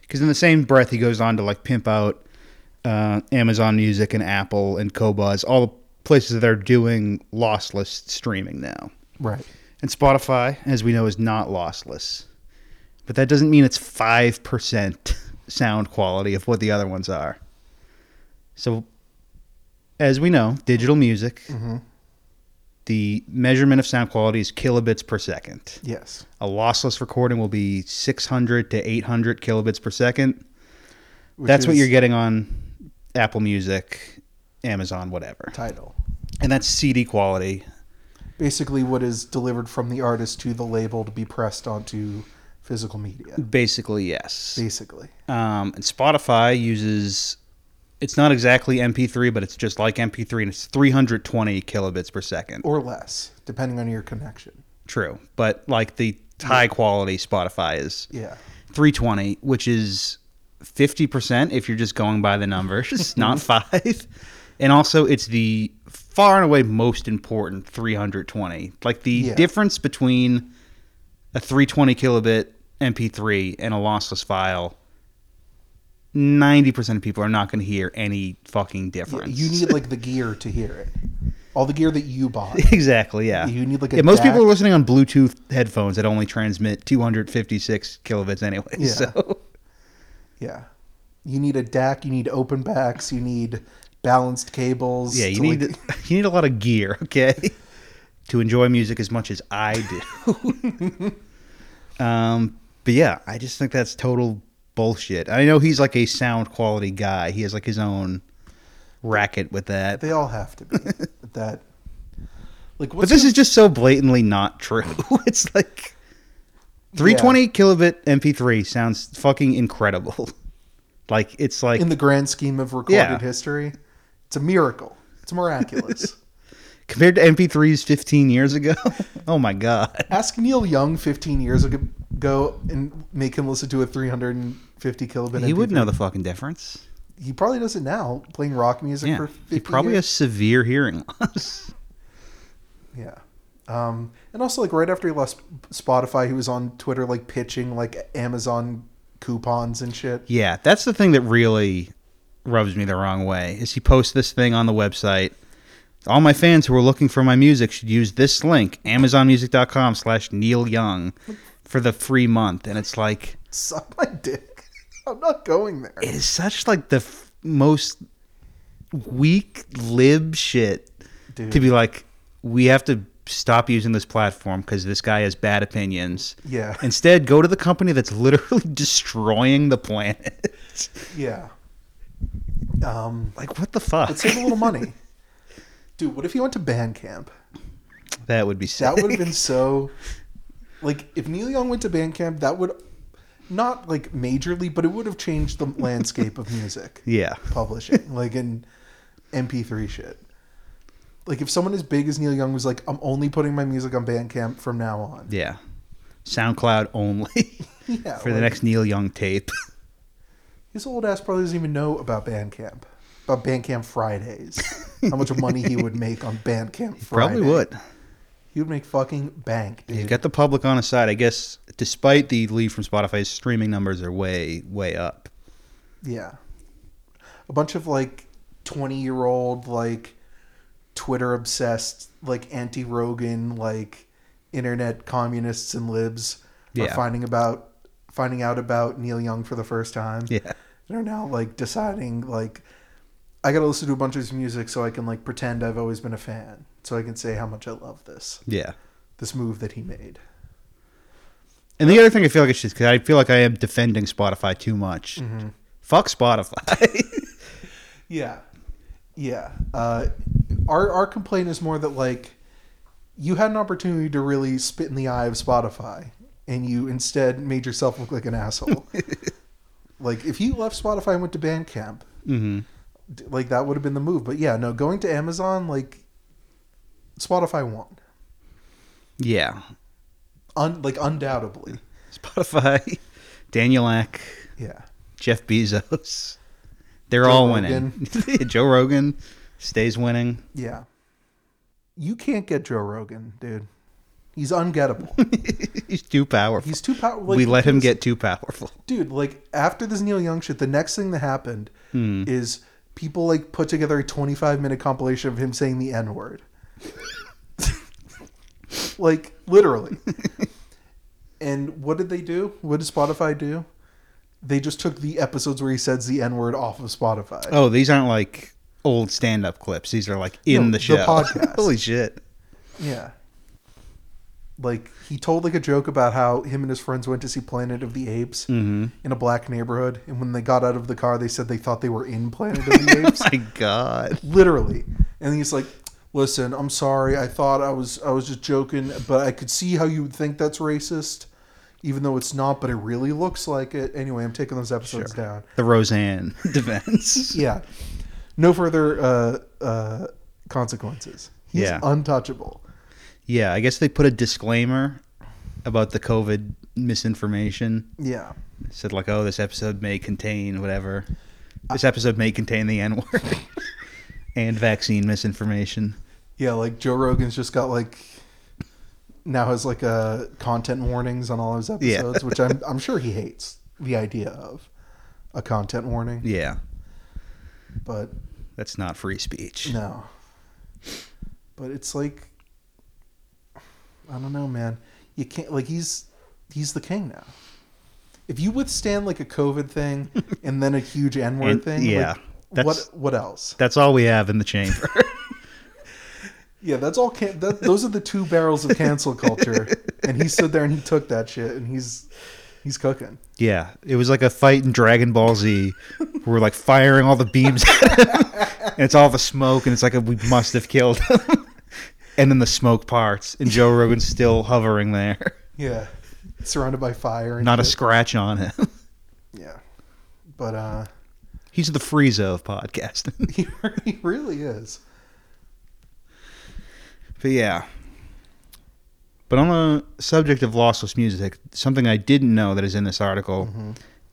because in the same breath he goes on to like pimp out uh, Amazon Music and Apple and Cobuzz, all the places that are doing lossless streaming now,
right.
and Spotify, as we know, is not lossless, but that doesn't mean it's five percent sound quality of what the other ones are. So, as we know, digital music.
Mm-hmm.
The measurement of sound quality is kilobits per second.
Yes.
A lossless recording will be 600 to 800 kilobits per second.
Which
that's what
is
you're getting on Apple Music, Amazon, whatever.
Title.
And that's CD quality.
Basically, what is delivered from the artist to the label to be pressed onto physical media.
Basically, yes.
Basically.
Um, and Spotify uses, it's not exactly MP3, but it's just like MP3, and it's 320 kilobits per second.
or less, depending on your connection.
True. But like the high quality Spotify is
Yeah.
320, which is 50% if you're just going by the numbers, not five. And also, it's the far and away most important 320. Like the
Yeah.
difference between a 320 kilobit MP3 and a lossless file. 90% of people are not going to hear any fucking
Y-
difference.
You need like the gear to hear it. All the gear that you bought.
exactly, yeah.
You need like a
Yeah, most people
DAC.
are listening on Bluetooth headphones that only transmit 256 kilobits anyway.
Yeah.
So
Yeah. You need a DAC, you need open backs, you need balanced cables.
Yeah, you
to,
need
like-
you need a lot of gear, okay, to enjoy music as much as I do. um, but yeah, I just think that's total bullshit. I know he's like a sound quality guy. He has like his own racket with that.
they all have to be. that like
but
what's
this is just so blatantly not true. it's like 320 kilobit MP3 sounds fucking incredible. like it's like
in the grand scheme of recorded
Yeah.
history. It's a miracle. It's miraculous.
compared to MP3s 15 years ago. oh my god.
Ask Neil Young 15 years ago and make him listen to a 350 kilobit.
He
MP3.
would know the fucking difference.
He probably does it now, playing rock music
Yeah.
for 50
He probably
years.
has severe hearing loss.
Yeah. Um, and also, like right after he left Spotify, he was on Twitter, like pitching like Amazon coupons and shit.
Yeah, that's the thing that really rubs me the wrong way. Is he posts this thing on the website? All my fans who are looking for my music should use this link, AmazonMusic.com/slash Neil Young, for the free month. And it's like
Suck my dick. I'm not going there.
it is such like the f- most weak lib shit
Dude.
to be like, we have to stop using this platform because this guy has bad opinions.
Yeah.
Instead, go to the company that's literally destroying the planet.
Yeah. Um,
like, what the fuck?
but save a little money, dude. What if he went to Bandcamp?
That would be sick.
That would have been so. Like, if Neil Young went to Bandcamp, that would not like majorly, but it would have changed the landscape of music
yeah.
publishing, like in MP3 shit. Like, if someone as big as Neil Young was like, "I'm only putting my music on Bandcamp from now on,"
Yeah. SoundCloud only
yeah,
for the
like,
next Neil Young tape.
his old ass probably doesn't even know about Bandcamp, about Bandcamp Fridays, how much money he would make on Bandcamp. Friday.
Probably would.
He would make fucking bank, dude.
You've got the public on his side. I guess despite the lead from Spotify, his streaming numbers are way, way up.
Yeah. A bunch of like 20 year old, like Twitter obsessed, like anti Rogan, like internet communists and libs are
Yeah.
finding about finding out about Neil Young for the first time.
Yeah.
They're now like deciding like I gotta listen to a bunch of his music so I can like pretend I've always been a fan. So I can say how much I love this.
Yeah.
This move that he made.
And the other thing I feel like it's just because I feel like I am defending Spotify too much.
Mm-hmm.
Fuck Spotify.
Yeah, yeah. Uh, our our complaint is more that like you had an opportunity to really spit in the eye of Spotify, and you instead made yourself look like an asshole. like if you left Spotify and went to Bandcamp,
mm-hmm.
d- like that would have been the move. But yeah, no, going to Amazon, like Spotify won,
Yeah.
Un- like undoubtedly.
Spotify, Daniel Ack,
Yeah,
Jeff Bezos. They're
Joe
all
Rogan.
winning. Joe Rogan stays winning.
yeah. You can't get Joe Rogan, dude. He's ungettable.
He's too powerful.
He's too powerful.
we let him get too powerful.
dude like after this neil young shit the next thing that happened
Hmm.
is people like put together a 25 minute compilation of him saying the n word like literally and what did they do what did spotify do they just took the episodes where he says the n word off of spotify
Oh, these aren't like old stand-up clips. These are like in
No,
the
the
show.
podcast.
Holy shit!
yeah like he told like a joke about how him and his friends went to see planet of the apes
Mm-hmm.
in a black neighborhood and when they got out of the car they said they thought they were in planet of the apes
My God,
literally and he's like listen i'm sorry i thought i was i was just joking but i could see how you would think that's racist even though it's not but it really looks like it anyway i'm taking those episodes
Sure.
down
the Roseanne defense.
yeah no further uh uh consequences he's
Yeah.
untouchable
yeah, I guess they put a disclaimer about the COVID misinformation.
yeah
It said like, "Oh, this episode may contain whatever. This episode may contain the N-word and vaccine misinformation."
yeah like joe rogan's just got like now has like uh content warnings on all his
Yeah.
episodes which I'm, I'm sure he hates the idea of a content warning
Yeah,
but
that's not free speech.
No. But it's like I don't know, man. You can't like he's he's the king now. If you withstand like a COVID thing and then a huge N word
And-
thing,
yeah,
like, what
that's-
what else?
That's all we have in the chamber.
Yeah, that's all. Can- that, those are the two barrels of cancel culture, and he stood there and he took that shit, and he's he's cooking.
Yeah, it was like a fight in Dragon Ball Z. where we're like firing all the beams at him, and it's all the smoke, and it's like we must have killed him. and then the smoke parts, and Joe Rogan's still hovering there.
Yeah, surrounded by fire. And
Not a
shit.
scratch on him.
yeah, but uh,
He's the Frieza of podcasting.
he, he really is.
But yeah. But on the subject of lossless music, something I didn't know that is in this article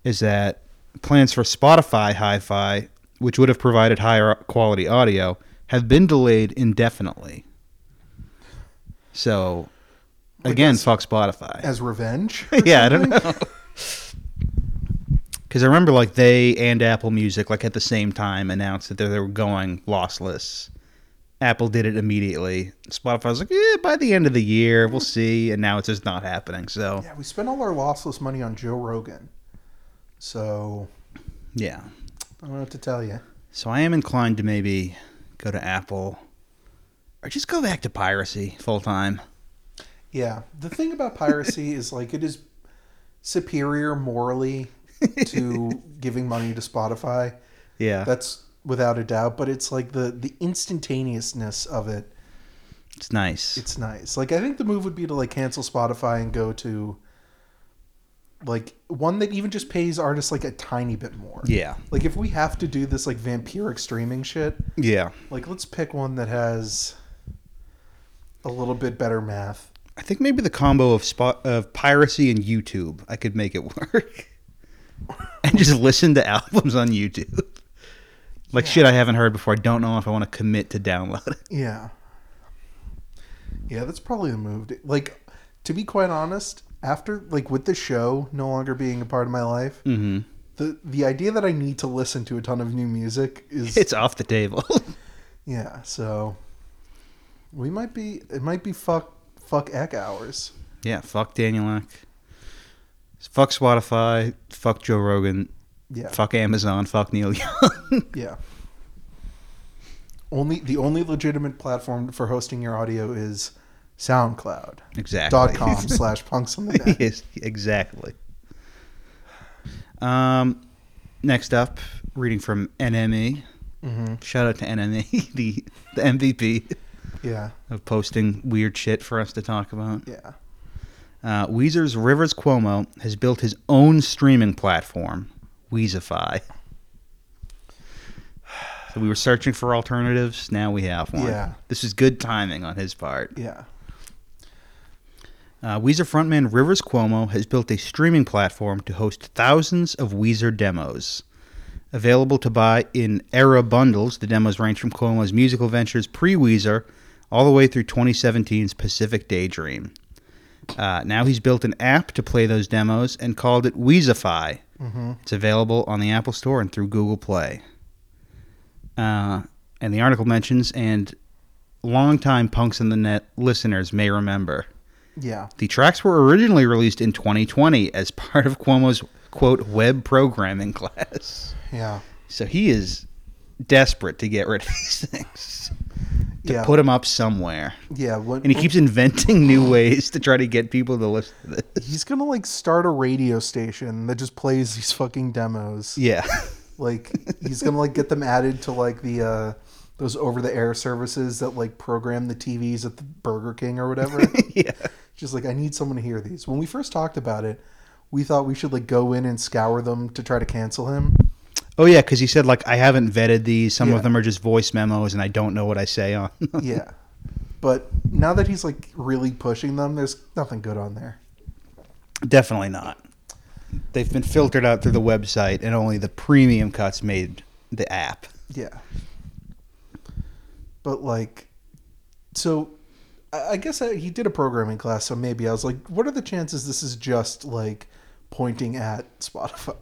is that plans for Spotify hi fi, which would have provided higher quality audio, have been delayed indefinitely. So,
Like
again,
that's-
fuck Spotify.
As revenge.
yeah, I don't know. Because I remember, like, they and Apple Music, like, at the same time announced that they they were going lossless. Apple did it immediately. Spotify was like, eh, by the end of the year, we'll see. And now it's just not happening. So,
Yeah, we spent all our lossless money on Joe Rogan, so
yeah.
I don't know what to tell you.
So I am inclined to maybe go to Apple or just go back to piracy full time.
Yeah, the thing about piracy is like it is superior morally to giving money to Spotify.
Yeah.
That's without a doubt, but it's like the the instantaneousness of it.
it's nice.
It's nice. Like I think the move would be to like cancel Spotify and go to like one that even just pays artists like a tiny bit more.
yeah.
Like if we have to do this like vampiric streaming shit,
Yeah.
like let's pick one that has a little bit better math.
I think maybe the combo of spot of piracy and YouTube, I could make it work. and just listen to albums on YouTube. Like shit I haven't heard before. I don't know if I want to commit to download it.
Yeah. Yeah, that's probably the move. Like to be quite honest, after like with the show no longer being a part of my life,
Mm-hmm.
the the idea that I need to listen to a ton of new music is
It's off the table.
yeah. So we might be it might be fuck fuck Eck hours.
yeah, fuck Daniel Ack. Fuck Spotify. Fuck Joe Rogan.
Yeah,
Fuck Amazon. Fuck Neil Young.
yeah. Only the only legitimate platform for hosting your audio is SoundCloud
exactly.
dot com slash punks on the net.
yes, exactly. Um, next up, reading from NME.
hmm
Shout out to NME, the the MVP
Yeah,
of posting weird shit for us to talk about.
yeah.
Uh, Weezer's Rivers Cuomo has built his own streaming platform, Weezify. So we were searching for alternatives. Now we have one.
Yeah.
This is good timing on his part.
Yeah.
Uh, Weezer frontman Rivers Cuomo has built a streaming platform to host thousands of Weezer demos. Available to buy in era bundles, the demos range from Cuomo's musical ventures pre Weezer all the way through 2017's Pacific Daydream. Uh, now he's built an app to play those demos and called it Weezify.
Mm-hmm.
It's available on the Apple Store and through Google Play. Uh, and the article mentions, and longtime Punks in the Net listeners may remember.
Yeah.
The tracks were originally released in 2020 as part of Cuomo's quote web programming class.
Yeah.
So he is desperate to get rid of these things to
Yeah.
put them up somewhere,
yeah. What,
and he keeps inventing new ways to try to get people to listen to this.
he's gonna like start a radio station that just plays these fucking demos.
Yeah,
Like he's gonna like get them added to like the uh those over the air services that like program the TVs at the Burger King or whatever.
yeah,
just like I need someone to hear these. When we first talked about it, we thought we should like go in and scour them to try to cancel him.
oh yeah, because he said like I haven't vetted these. Some
Yeah.
of them are just voice memos, and I don't know what I say on. them.
Yeah. But now that he's like really pushing them, there's nothing good on there.
Definitely not. They've been filtered out through the website, and only the premium cuts made the app.
Yeah. But like, so I I guess I, he did a programming class, so maybe I was like, what are the chances this is just like pointing at Spotify?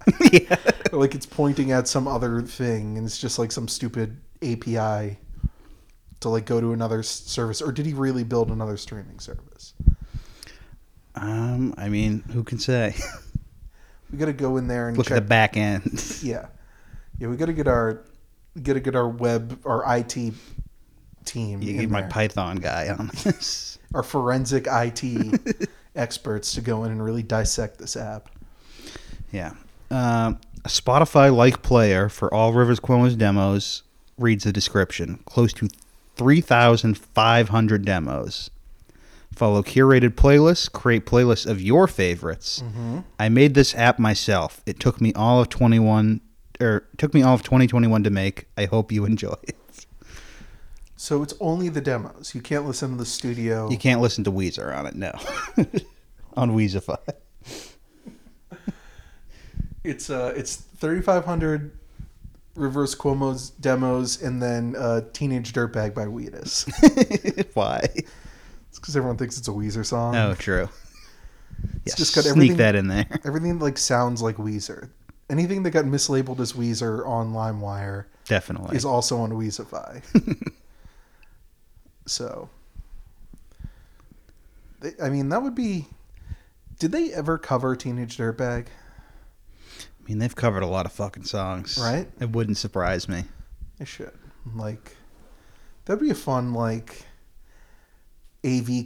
yeah.
or like it's pointing at some other thing and it's just like some stupid API to like go to another s- service? Or did he really build another streaming service?
Um, I mean, who can say?
We got to go in there and
Look at
check.
the back end.
Yeah. Yeah, we got to get our. Got to get our web, our IT team.
you
in
get my
there.
Python guy on this.
our forensic IT experts to go in and really dissect this app.
yeah. Um, a Spotify like player for all Rivers Cuomo's demos reads the description close to 3,500 demos Follow curated playlists, create playlists of your favorites. I made this app myself. It took me all of 21 or took me all of 2021 to make. I hope you enjoy it.
So it's only the demos. You can't listen to the studio.
You can't listen to Weezer on it, no. on Weezify.
It's uh, it's 3,500 Reverse Cuomo's demos, and then uh, Teenage Dirtbag by Weedus.
Why?
It's because everyone thinks it's a Weezer song.
Oh, true. Yes,
Um, just got
sneak
everything-
that in there.
Everything that, like sounds like Weezer. Anything that got mislabeled as Weezer on LimeWire
Definitely.
is also on Weezify. so, They- I mean, that would be. Did they ever cover Teenage Dirtbag?
I mean, they've covered a lot of fucking songs.
Right?
It wouldn't surprise me.
They should. Like, that'd be a fun like AV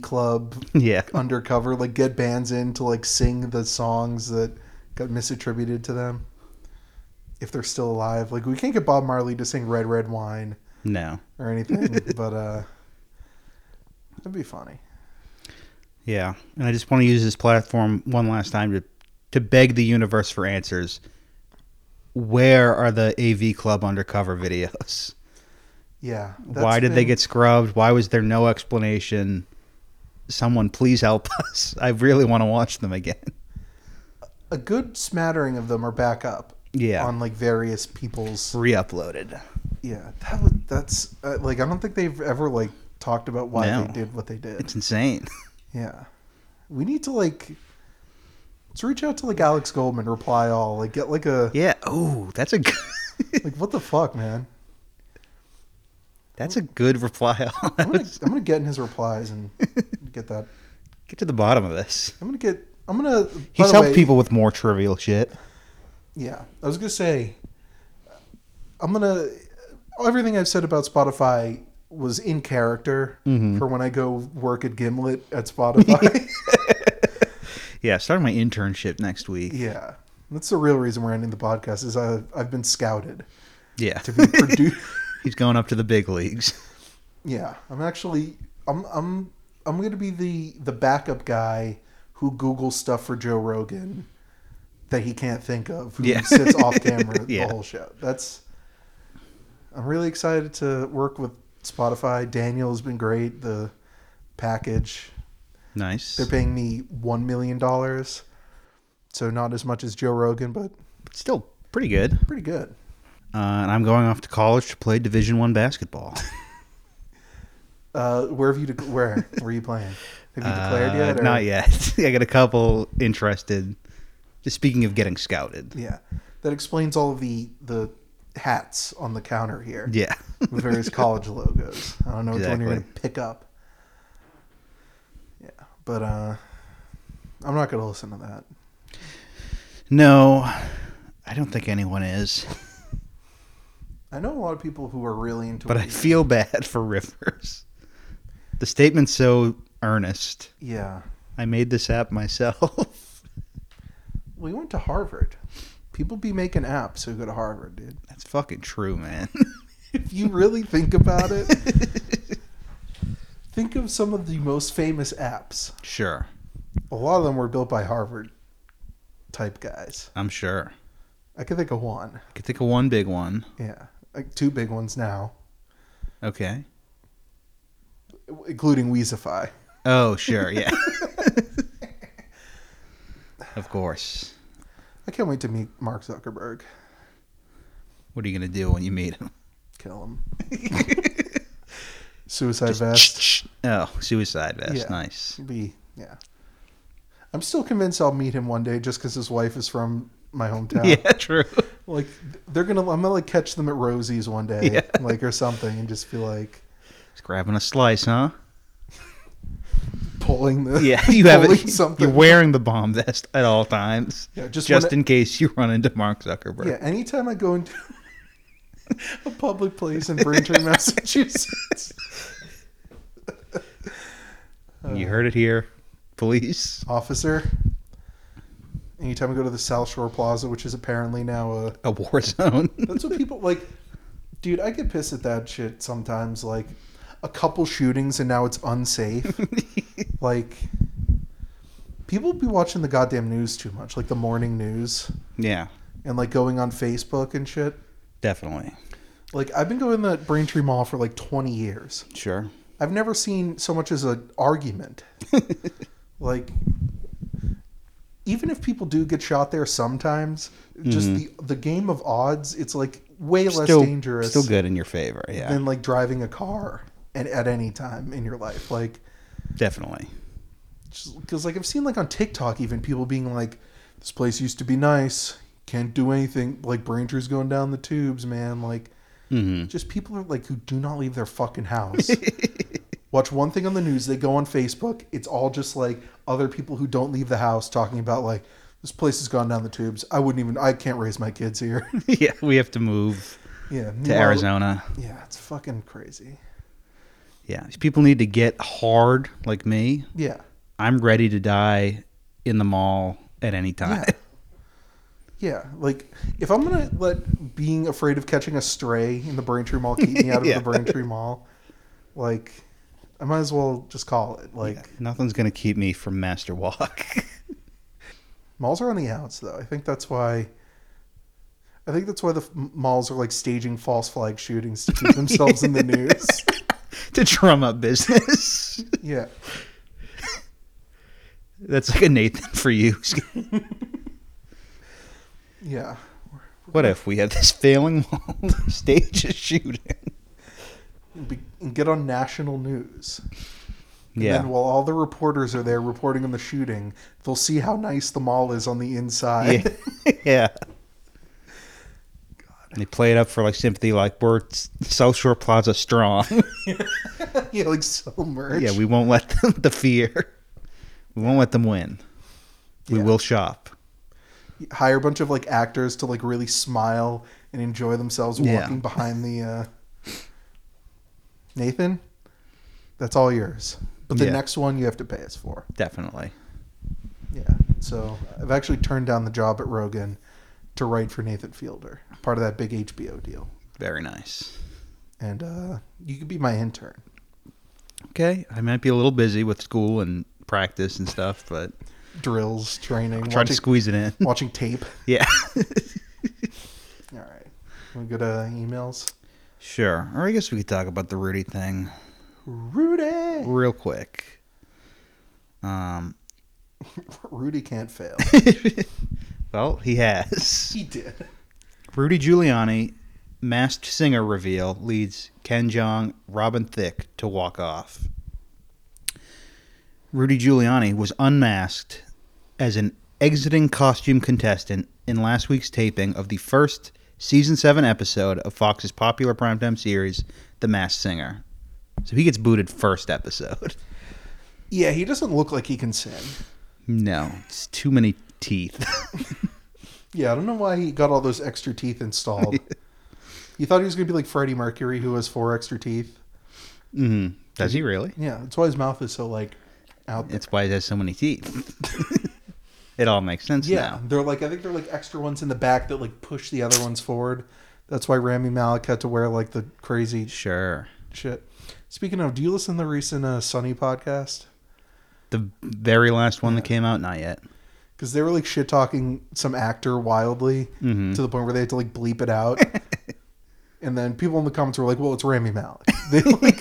club
Yeah.
undercover. Like, get bands in to like sing the songs that got misattributed to them. If they're still alive, like we can't get Bob Marley to sing "Red Red Wine"
No.
or anything, but uh, that'd be funny.
Yeah. And I just want to use this platform one last time to to beg the universe for answers. Where are the AV Club undercover videos?
Yeah.
Why
the
did they
thing.
get scrubbed? Why was there no explanation? Someone please help us. I really want to watch them again.
a good smattering of them are back up
Yeah.
on like various people's
Re-uploaded.
yeah that would that's uh, like i don't think they've ever like talked about why
No.
they did what they did
It's insane.
yeah we need to like let's reach out to like alex goldman reply all like get like a
Yeah. Oh, that's a good,
like what the fuck man
that's a good reply.
i'm gonna i'm gonna get in his replies and get that
Get to the bottom of this.
i'm gonna get i'm gonna by
He's
the
helped
way,
people with more trivial shit.
Yeah, I was gonna say, I'm gonna everything I've said about Spotify was in character for when I go work at Gimlet at Spotify.
Yeah, starting my internship next week.
yeah, that's the real reason we're ending the podcast is I've I've been scouted
Yeah.
to be produced.
He's going up to the big leagues.
yeah, I'm actually I'm I'm I'm gonna be the the backup guy who Googles stuff for Joe Rogan that he can't think of who
Yeah.
sits off camera
Yeah.
the whole show. That's I'm really excited to work with Spotify. Daniel's been great. The package
Nice.
they're paying me one million dollars, so not as much as Joe Rogan, but
Still pretty good.
pretty good.
Uh, and I'm going off to college to play Division One basketball.
Uh, where have you de- where were you playing? Have you declared
Uh,
yet? or-
Not yet. I got a couple interested. Just speaking of getting scouted.
Yeah, that explains all of the the hats on the counter here
Yeah.
with various college logos. I don't know which one you're
Exactly.
going to pick up. Yeah, but uh, I'm not going to listen to that.
no, I don't think anyone is.
I know a lot of people who are really into.
But I
Weezer.
feel bad for Rivers. The statement's so earnest.
yeah,
I made this app myself.
we went to Harvard. People be making apps who go to Harvard, dude.
That's fucking true, man.
If you really think about it, think of some of the most famous apps.
sure.
A lot of them were built by Harvard type guys.
I'm sure.
I can think of one.
I could think of one big one.
Yeah, like two big ones now,
Okay.
including Weezify.
Oh, sure. Yeah. of course.
I can't wait to meet Mark Zuckerberg.
What are you going to do when you meet him?
Kill him. Suicide vest.
Oh, suicide vest.
Yeah.
Nice.
Be yeah. I'm still convinced I'll meet him one day just because his wife is from my hometown.
Yeah, true.
Like they're gonna, I'm gonna like catch them at Rosie's one day,
Yeah.
like or something, and just be like
He's grabbing a slice, huh?
pulling the
you have
pulling
it.
something.
You're wearing the bomb vest at all times,
Yeah,
just,
just when I-
in case you run into Mark Zuckerberg.
yeah. Anytime I go into a public place in Braintree, Massachusetts,
You heard it here, police.
officer. Anytime I go to the South Shore Plaza, which is apparently now a
A war zone.
That's what people like. Dude, I get pissed at that shit sometimes. Like a couple shootings and now it's unsafe. Like, people be watching the goddamn news too much, like the morning news,
Yeah,
and like going on Facebook and shit.
definitely.
Like, I've been going to that Braintree Mall for like 20 years.
Sure.
I've never seen so much as an argument. like, even if people do get shot there sometimes, just the the game of odds, it's like way less
Mm-hmm. still,
dangerous
still good in your favor. Yeah,
than like driving a car and at any time in your life. Like,
definitely.
because like I've seen like on TikTok even people being like, "This place used to be nice. Can't do anything. Like Braintree's going down the tubes, man. Like,
hmm
just people are like who do not leave their fucking house. Watch one thing on the news. They go on Facebook. It's all just like other people who don't leave the house talking about like this place has gone down the tubes. I wouldn't even. I can't raise my kids here.
yeah, we have to move
yeah,
to
meanwhile-
Arizona.
Yeah, it's fucking crazy.
Yeah, These people need to get hard like me.
Yeah,
I'm ready to die in the mall at any time.
Yeah. yeah. Like if I'm gonna let being afraid of catching a stray in the Braintree Mall keep me out of
Yeah.
the Braintree Mall, like I might as well just call it. Like
Yeah, nothing's gonna keep me from Master Walk.
Malls are on the outs, though. I think that's why. I think that's why the f- malls are like staging false flag shootings to keep themselves in the news.
to drum up business.
Yeah,
That's like a Nathan for you.
yeah.
what if we have this failing mall stage a shooting?
And, be, and get on national news. And
Yeah.
Then while all the reporters are there reporting on the shooting, they'll see how nice the mall is on the inside.
yeah. yeah. They play it up for like sympathy, like we're s- South Shore Plaza strong.
Yeah, like so merch.
yeah, we won't let them the fear. We won't let them win. We
Yeah.
will shop.
hire a bunch of like actors to like really smile and enjoy themselves walking
Yeah.
behind the uh Nathan, that's all yours. But the
Yeah.
next one you have to pay us for.
Definitely.
Yeah. So I've actually turned down the job at Rogan to write for Nathan Fielder, part of that big HBO deal.
Very nice.
And uh you could be my intern.
Okay. I might be a little busy with school and practice and stuff, but
Drills, training,
I'll try to
watching,
squeeze it in.
watching tape.
Yeah.
All right. We go to emails.
Sure. Or I guess we could talk about the Rudy thing
Rudy.
real quick. Um,
Rudy can't fail.
well, he has.
he did.
Rudy Giuliani, masked singer reveal leads Ken Jeong, Robin Thicke to walk off. Rudy Giuliani was unmasked as an exiting costume contestant in last week's taping of the first season 7 episode of Fox's popular primetime series The Masked Singer. So he gets booted first episode.
Yeah, he doesn't look like he can sing.
No, it's too many teeth.
Yeah, I don't know why he got all those extra teeth installed. he thought he was going to be like Freddie Mercury, who has four extra teeth.
mm, does he really?
Yeah, that's why his mouth is so like out there.
That's why he has so many teeth. it all makes sense
yeah,
now.
they're like I think they're like extra ones in the back that like push the other ones forward. That's why Rami Malek had to wear like the crazy
Sure.
shit. Speaking of, do you listen to the recent uh, Sunny podcast?
The very last one that came out, not yet.
Because they were like shit talking some actor wildly
Mhm.
to the point where they had to like bleep it out. and then people in the comments were like, "Well, it's Rami Malek." They like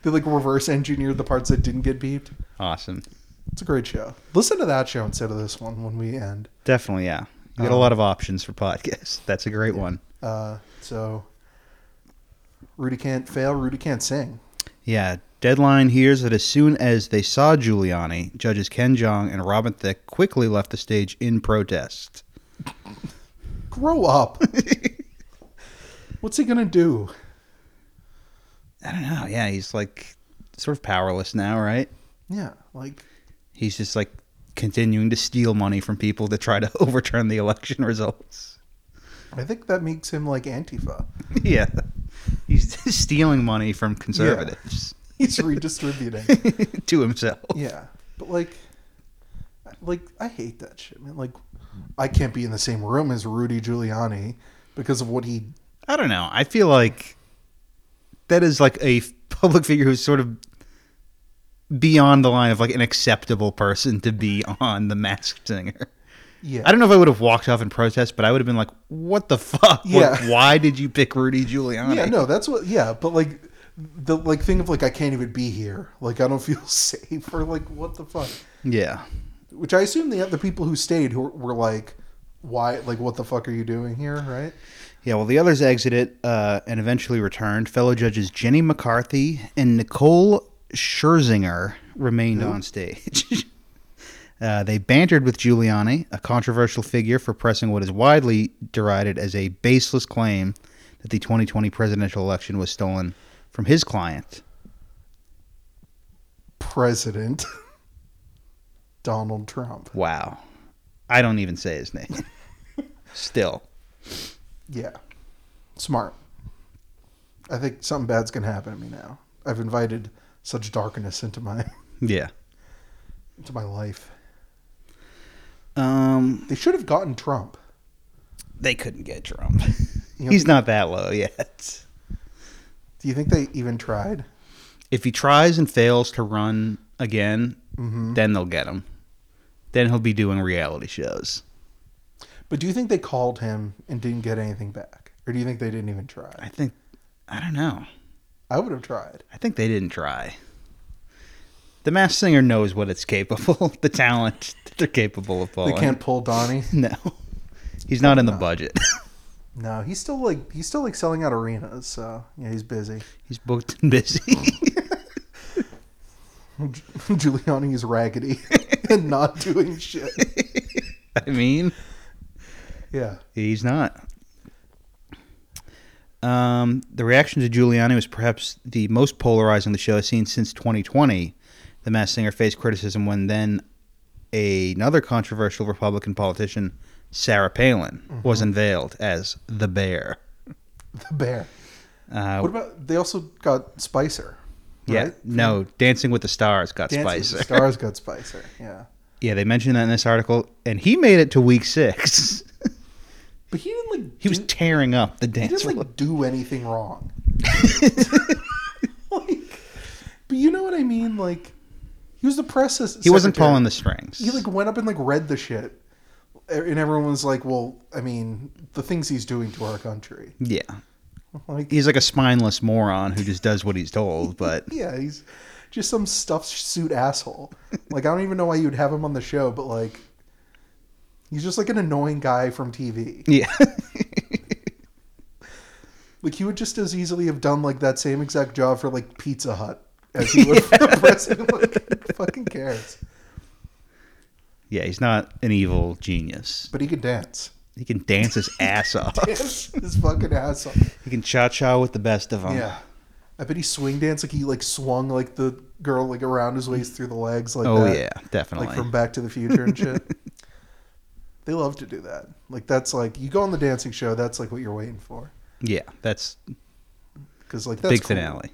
they like reverse engineered the parts that didn't get beeped.
Awesome.
It's a great show. Listen to that show instead of this one when we end.
Definitely, yeah. You got a
Um,
lot of options for podcasts. That's a great one.
Uh, so Rudy can't fail. Rudy can't sing.
Yeah. Deadline hears that as soon as they saw Giuliani, judges Ken Jong and Robin Thicke quickly left the stage in protest.
Grow up. What's he gonna do?
I don't know. Yeah, he's like sort of powerless now, right?
Yeah, like
He's just like continuing to steal money from people to try to overturn the election results.
I think that makes him like Antifa.
yeah. He's stealing money from conservatives
He's redistributing.
to himself.
Yeah, but like, like I hate that shit, man. Like, I can't be in the same room as Rudy Giuliani because of what he.
I don't know. I feel like that is like a f- public figure who's sort of beyond the line of like an acceptable person to be on The Masked Singer.
Yeah.
I don't know if I would have walked off in protest, but I would have been like, "What the fuck? Like,
Yeah.
why did you pick Rudy Giuliani?"
Yeah, no, that's what. Yeah, but like the like thing of like I can't even be here. Like I don't feel safe or like what the fuck.
Yeah.
Which I assume the the people who stayed who were, were like, why? Like what the fuck are you doing here? Right?
Yeah, well, the others exited uh, and eventually returned. Fellow judges Jenny McCarthy and Nicole Scherzinger remained on stage. uh, they bantered with Giuliani, a controversial figure for pressing what is widely derided as a baseless claim that the 2020 presidential election was stolen from his client.
President Donald Trump.
Wow. I don't even say his name. Still.
Yeah, smart. I think something bad's gonna happen to me now. I've invited such darkness into my
Yeah.
into my life.
Um,
They should have gotten Trump.
they couldn't get Trump.
You know,
He's not that low yet.
Do you think they even tried?
if he tries and fails to run again,
Mhm.
then they'll get him. Then he'll be doing reality shows.
But do you think they called him and didn't get anything back? Or do you think they didn't even try?
I think I don't know.
I would have tried.
I think they didn't try. The mass singer knows what it's capable, the talent that they're capable of pulling.
They can't pull Donnie.
No. He's not in the
not.
budget.
No, he's still like he's still like selling out arenas, so yeah, he's busy.
He's booked and busy.
Giuliani is raggedy and not doing shit.
I mean,
Yeah.
He's not. Um, the reaction to Giuliani was perhaps the most polarizing the show has seen since 2020. The Masked Singer faced criticism when then another controversial Republican politician, Sarah Palin, was
Mm-hmm.
unveiled as the Bear.
The bear.
Uh,
What about they also got Spicer?
yeah,
right?
no, Dancing with the Stars got
Dancing with
Spicer.
the Stars got Spicer. Yeah.
yeah, they mentioned that in this article, and he made it to week six.
But he didn't like
he was
do,
tearing up the
he
dance
didn't
floor.
like do anything wrong. like But you know what I mean? Like he was the press as-
He wasn't
secretary.
pulling the strings.
he like went up and like read the shit Er, and everyone was like well i mean the things he's doing to our country
yeah.
like
he's like a spineless moron who just does what he's told. But
yeah he's just some stuffed suit asshole like i don't even know why you'd have him on the show but like he's just like an annoying guy from tv
yeah,
like he would just as easily have done like that same exact job for like pizza hut as he would for the president like, who fucking cares
yeah, he's not an evil genius.
but he could dance
He can dance his ass off.
dance his fucking ass off
He can cha cha with the best of them.
Yeah. I bet he swing danced like he like swung like the girl like around his waist through the legs like
oh
that.
yeah, definitely.
Like from Back to the Future and shit. they love to do that. Like that's like you go on the dancing show, that's like what you're waiting for.
yeah, that's
Cuz like that's
big
cool.
finale.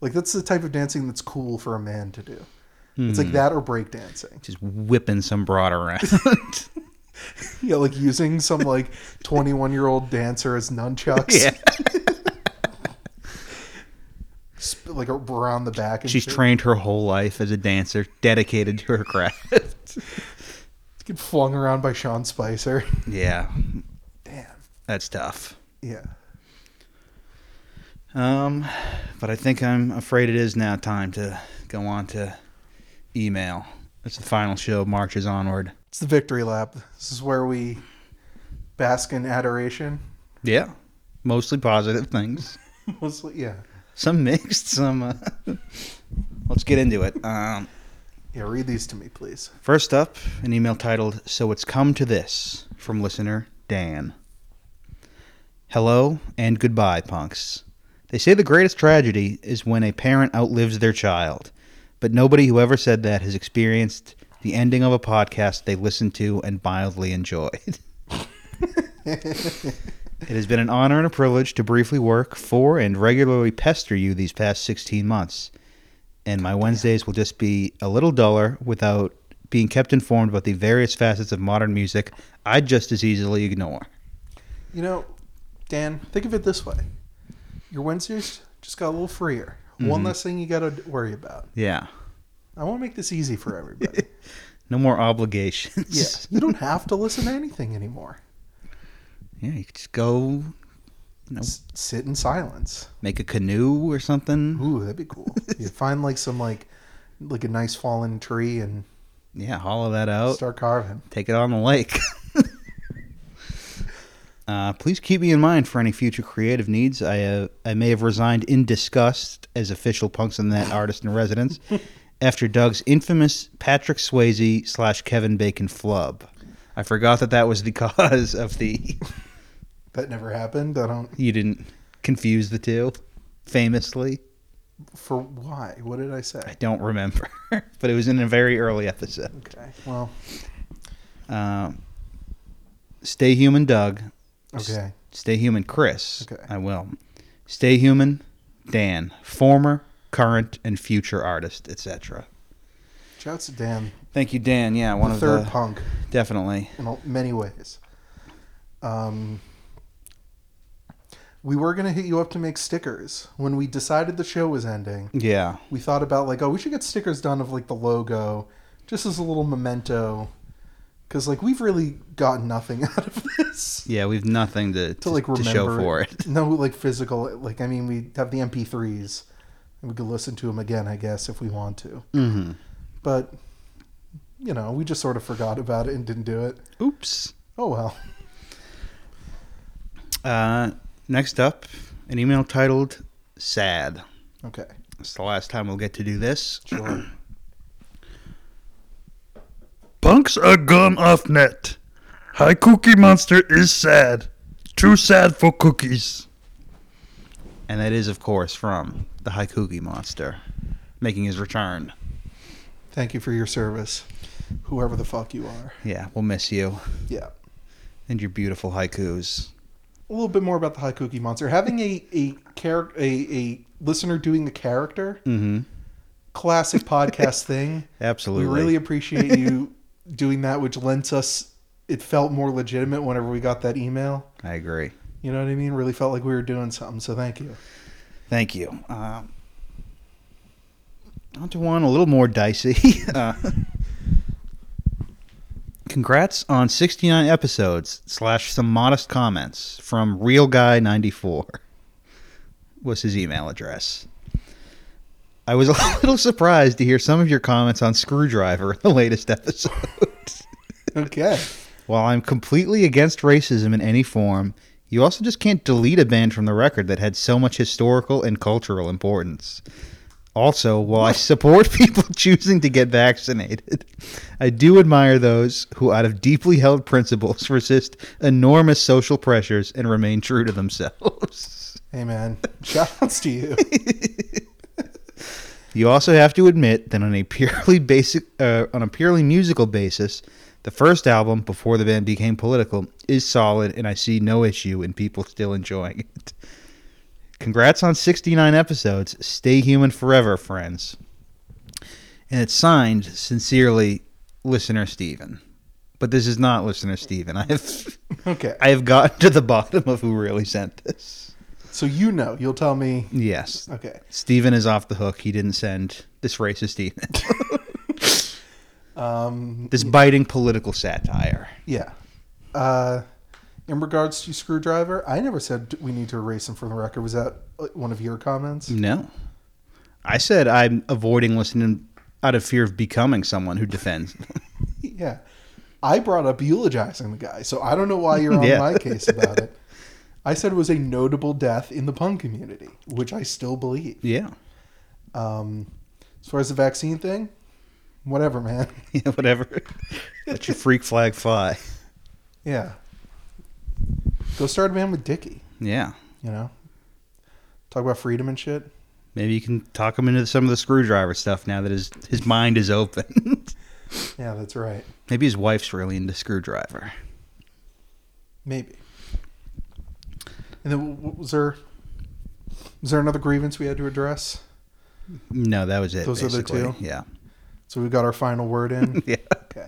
Like that's the type of dancing that's cool for a man to do. It's
Hmm.
like that or break dancing.
Just whipping some broad around.
Yeah, like using some like 21-year-old dancer as nunchucks.
yeah,
Sp- like around the back and
she's
shit.
trained her whole life as a dancer, dedicated to her craft.
Get flung around by Sean Spicer.
yeah,
Damn.
that's tough.
Yeah.
Um, but I think I'm afraid it is now time to go on to email. That's the final show. Marches onward.
It's the victory lap. This is where we bask in adoration.
Yeah, mostly positive things.
Mostly, yeah.
Some mixed. Some. Uh, let's get into it. Um,
Yeah, read these to me, please.
first up, an email titled "So It's Come to This" from listener Dan. Hello and goodbye, punks. They say the greatest tragedy is when a parent outlives their child, but nobody who ever said that has experienced the ending of a podcast they listened to and mildly enjoyed. It has been an honor and a privilege to briefly work for and regularly pester you these past 16 months. And my Wednesdays will just be a little duller without being kept informed about the various facets of modern music I just as easily ignore.
You know, Dan, think of it this way
Mm-hmm.
your Wednesdays just got a little freer. One less thing you got to worry about.
Yeah.
I want to make this easy for everybody.
No more obligations.
Yes, you don't have to listen to anything anymore.
Yeah, you could just go Nope.
S- sit in silence.
make a canoe or something.
Ooh, that'd be cool. you find like some like like a nice fallen tree and
Yeah, hollow that out.
start carving.
Take it on the lake. uh, please keep me in mind for any future creative needs. I uh, I may have resigned in disgust as official punks and that artist in residence after Doug's infamous Patrick Swayze slash Kevin Bacon flub. I forgot that that was the cause of the
That never happened. I don't
you didn't confuse the two famously.
for why? What did I
I
say?
don't remember, but it was in a very early episode.
Okay. Well,
Um, stay human, Doug. S-
okay.
Stay human, Chris.
Okay.
I will. Stay human, Dan. Former, current, and future artist, etc.
Shouts to Dan,
Thank you, Dan. Yeah, one
the
of
third
the
punk
definitely.
in all- many ways. Um, we were gonna hit you up to make stickers when we decided the show was ending.
Yeah,
we thought about like oh we should get stickers done of like the logo just as a little memento because like we've really gotten nothing out of this
yeah. We've nothing to
to like
to,
remember
show for it.
no like physical like i mean we have the mp3s and we could listen to them again i guess if we want to
hmm
but you know we just sort of forgot about it and didn't do it
Oops.
oh well
Uh, next up, an email titled "Sad."
okay
It's the last time we'll get to do this.
sure
Punks are gone off net. High Cookie Monster is sad. Too sad for cookies.
And that is, of course, from the Haikugi Monster making his return.
thank you for your service whoever the fuck you are
Yeah, we'll miss you
yeah
and your beautiful haikus.
a little bit more about the Haikuki monster. Having a a character a, a listener doing a character,
Mm-hmm.
classic podcast thing.
Absolutely.
We really appreciate you doing that, which lends us. It felt more legitimate whenever we got that email.
I agree.
You know what I mean? Really felt like we were doing something. So thank you.
Thank you. Um, on to one a little more dicey. uh, congrats on 69 episodes slash some modest comments from Real Guy 94 was his email address. I was a little surprised to hear some of your comments on Screwdriver in the latest episode.
Okay.
While I'm completely against racism in any form, you also just can't delete a band from the record that had so much historical and cultural importance. Also, while I support people choosing to get vaccinated, I do admire those who, out of deeply held principles, resist enormous social pressures and remain true to themselves.
Hey man, shout outs to you.
You also have to admit that on a purely basic, uh, on a purely musical basis, the first album before the band became political is solid, and I see no issue in people still enjoying it. Congrats on 69 episodes. Stay human forever, friends. And it's signed sincerely, listener Steven. But this is not listener Steven. I have
Okay.
I have gotten to the bottom of who really sent this.
So you know, you'll tell me.
Yes,
Okay.
Steven is off the hook. He didn't send this racist email.
Um,
this biting political satire.
Yeah. Uh, in regards to screwdriver, I never said we need to erase him from the record. Was that uh, one of your comments?
No. I said I'm avoiding listening out of fear of becoming someone who defends.
Yeah. I brought up eulogizing the guy, so I don't know why you're on
Yeah.
my case about it. I said it was a notable death in the punk community, which I still believe.
yeah.
Um, as far as the vaccine thing, whatever, man.
Yeah, whatever. Let your freak flag fly.
Yeah. Go start a band with Dickie,
Yeah.
you know? Talk about freedom and shit.
Maybe you can talk him into some of the screwdriver stuff now that his his mind is open.
Yeah, that's right.
Maybe his wife's really into screwdriver.
Maybe. And then w- w- was there was there another grievance we had to address?
No, that was it.
Those are the
basically.
two?
Yeah.
So we got our final word in.
Yeah.
Okay.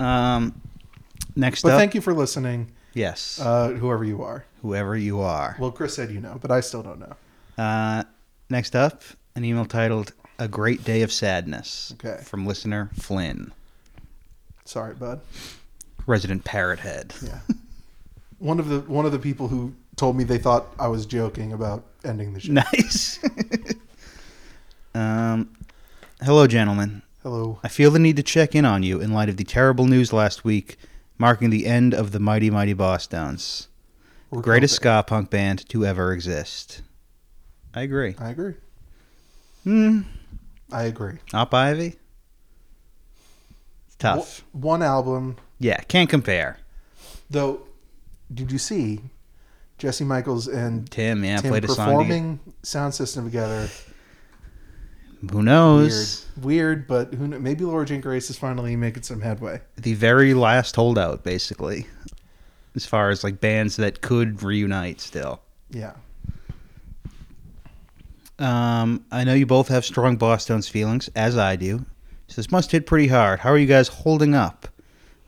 Um next
But
up
thank you for listening.
Yes.
uh, whoever you are.
whoever you are.
Well, Chris said you know, but I still don't know.
Uh, next up, an email titled A Great Day of Sadness.
Okay.
From listener Flynn,
Sorry, bud.
resident parrot head.
Yeah. one of the one of the people who told me they thought I was joking about ending the show.
Nice. um, hello, gentlemen.
Hello.
I feel the need to check in on you in light of the terrible news last week marking the end of the Mighty Mighty Boss Downs,
We're
greatest
Colton.
ska punk band to ever exist. I agree.
I agree.
Hmm.
I agree.
Op Ivy? It's tough.
Wh- One album,
Yeah, can't compare.
though. Did you see Jesse Michaels and
Tim, yeah,
Tim
played a song. together.
performing sound system together?
Who
Weird,
knows?
weird, but who? Kn- maybe Laura Jane Grace is finally making some headway.
The very last holdout, basically, as far as like bands that could reunite still.
Yeah.
Um, I know you both have strong Boston's feelings, as I do. So this must hit pretty hard. How are you guys holding up?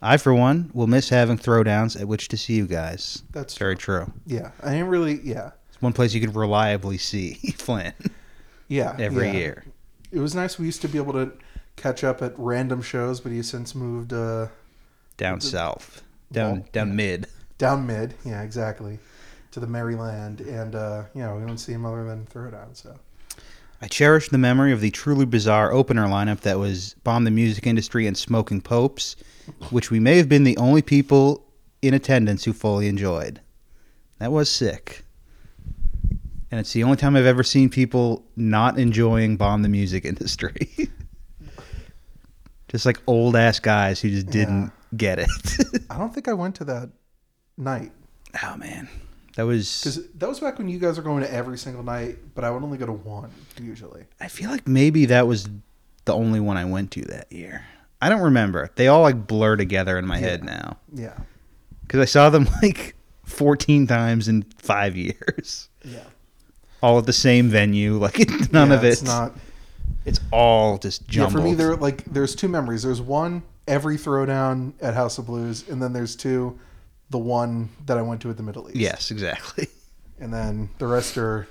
I, for one, will miss having throwdowns at which to see you guys.
That's
Very true.
Yeah, I ain't really. Yeah,
It's one place you could reliably see Flynn
yeah.
every
yeah.
year.
it was nice. We used to be able to catch up at random shows, but he's since moved uh,
Down south. Down
Well,
down
yeah.
mid.
down mid. Yeah, exactly, to the Maryland, and uh, you know we don't see him other than Throwdown. So
I cherish the memory of the truly bizarre opener lineup that was Bomb the Music Industry and Smoking Popes, which we may have been the only people in attendance who fully enjoyed. That was sick. And it's the only time I've ever seen people not enjoying Bomb the Music Industry. just like old ass guys who just didn't get it.
I don't think I went to that night
oh man. That was
because that was back when you guys were going to every single night, but I would only go to one usually.
I feel like maybe that was the only one I went to that year. I don't remember. They all like blur together in my head now.
Yeah,
because I saw them like 14 times in five years,
yeah.
all at the same venue. Like it- none
Yeah,
of it's,
It's not.
It's all just
Yeah,
jumbled.
for me, there like there's two memories. There's one every Throwdown at House of Blues, and then there's two, the one that I went to at the Middle East.
yes, exactly.
and then the rest are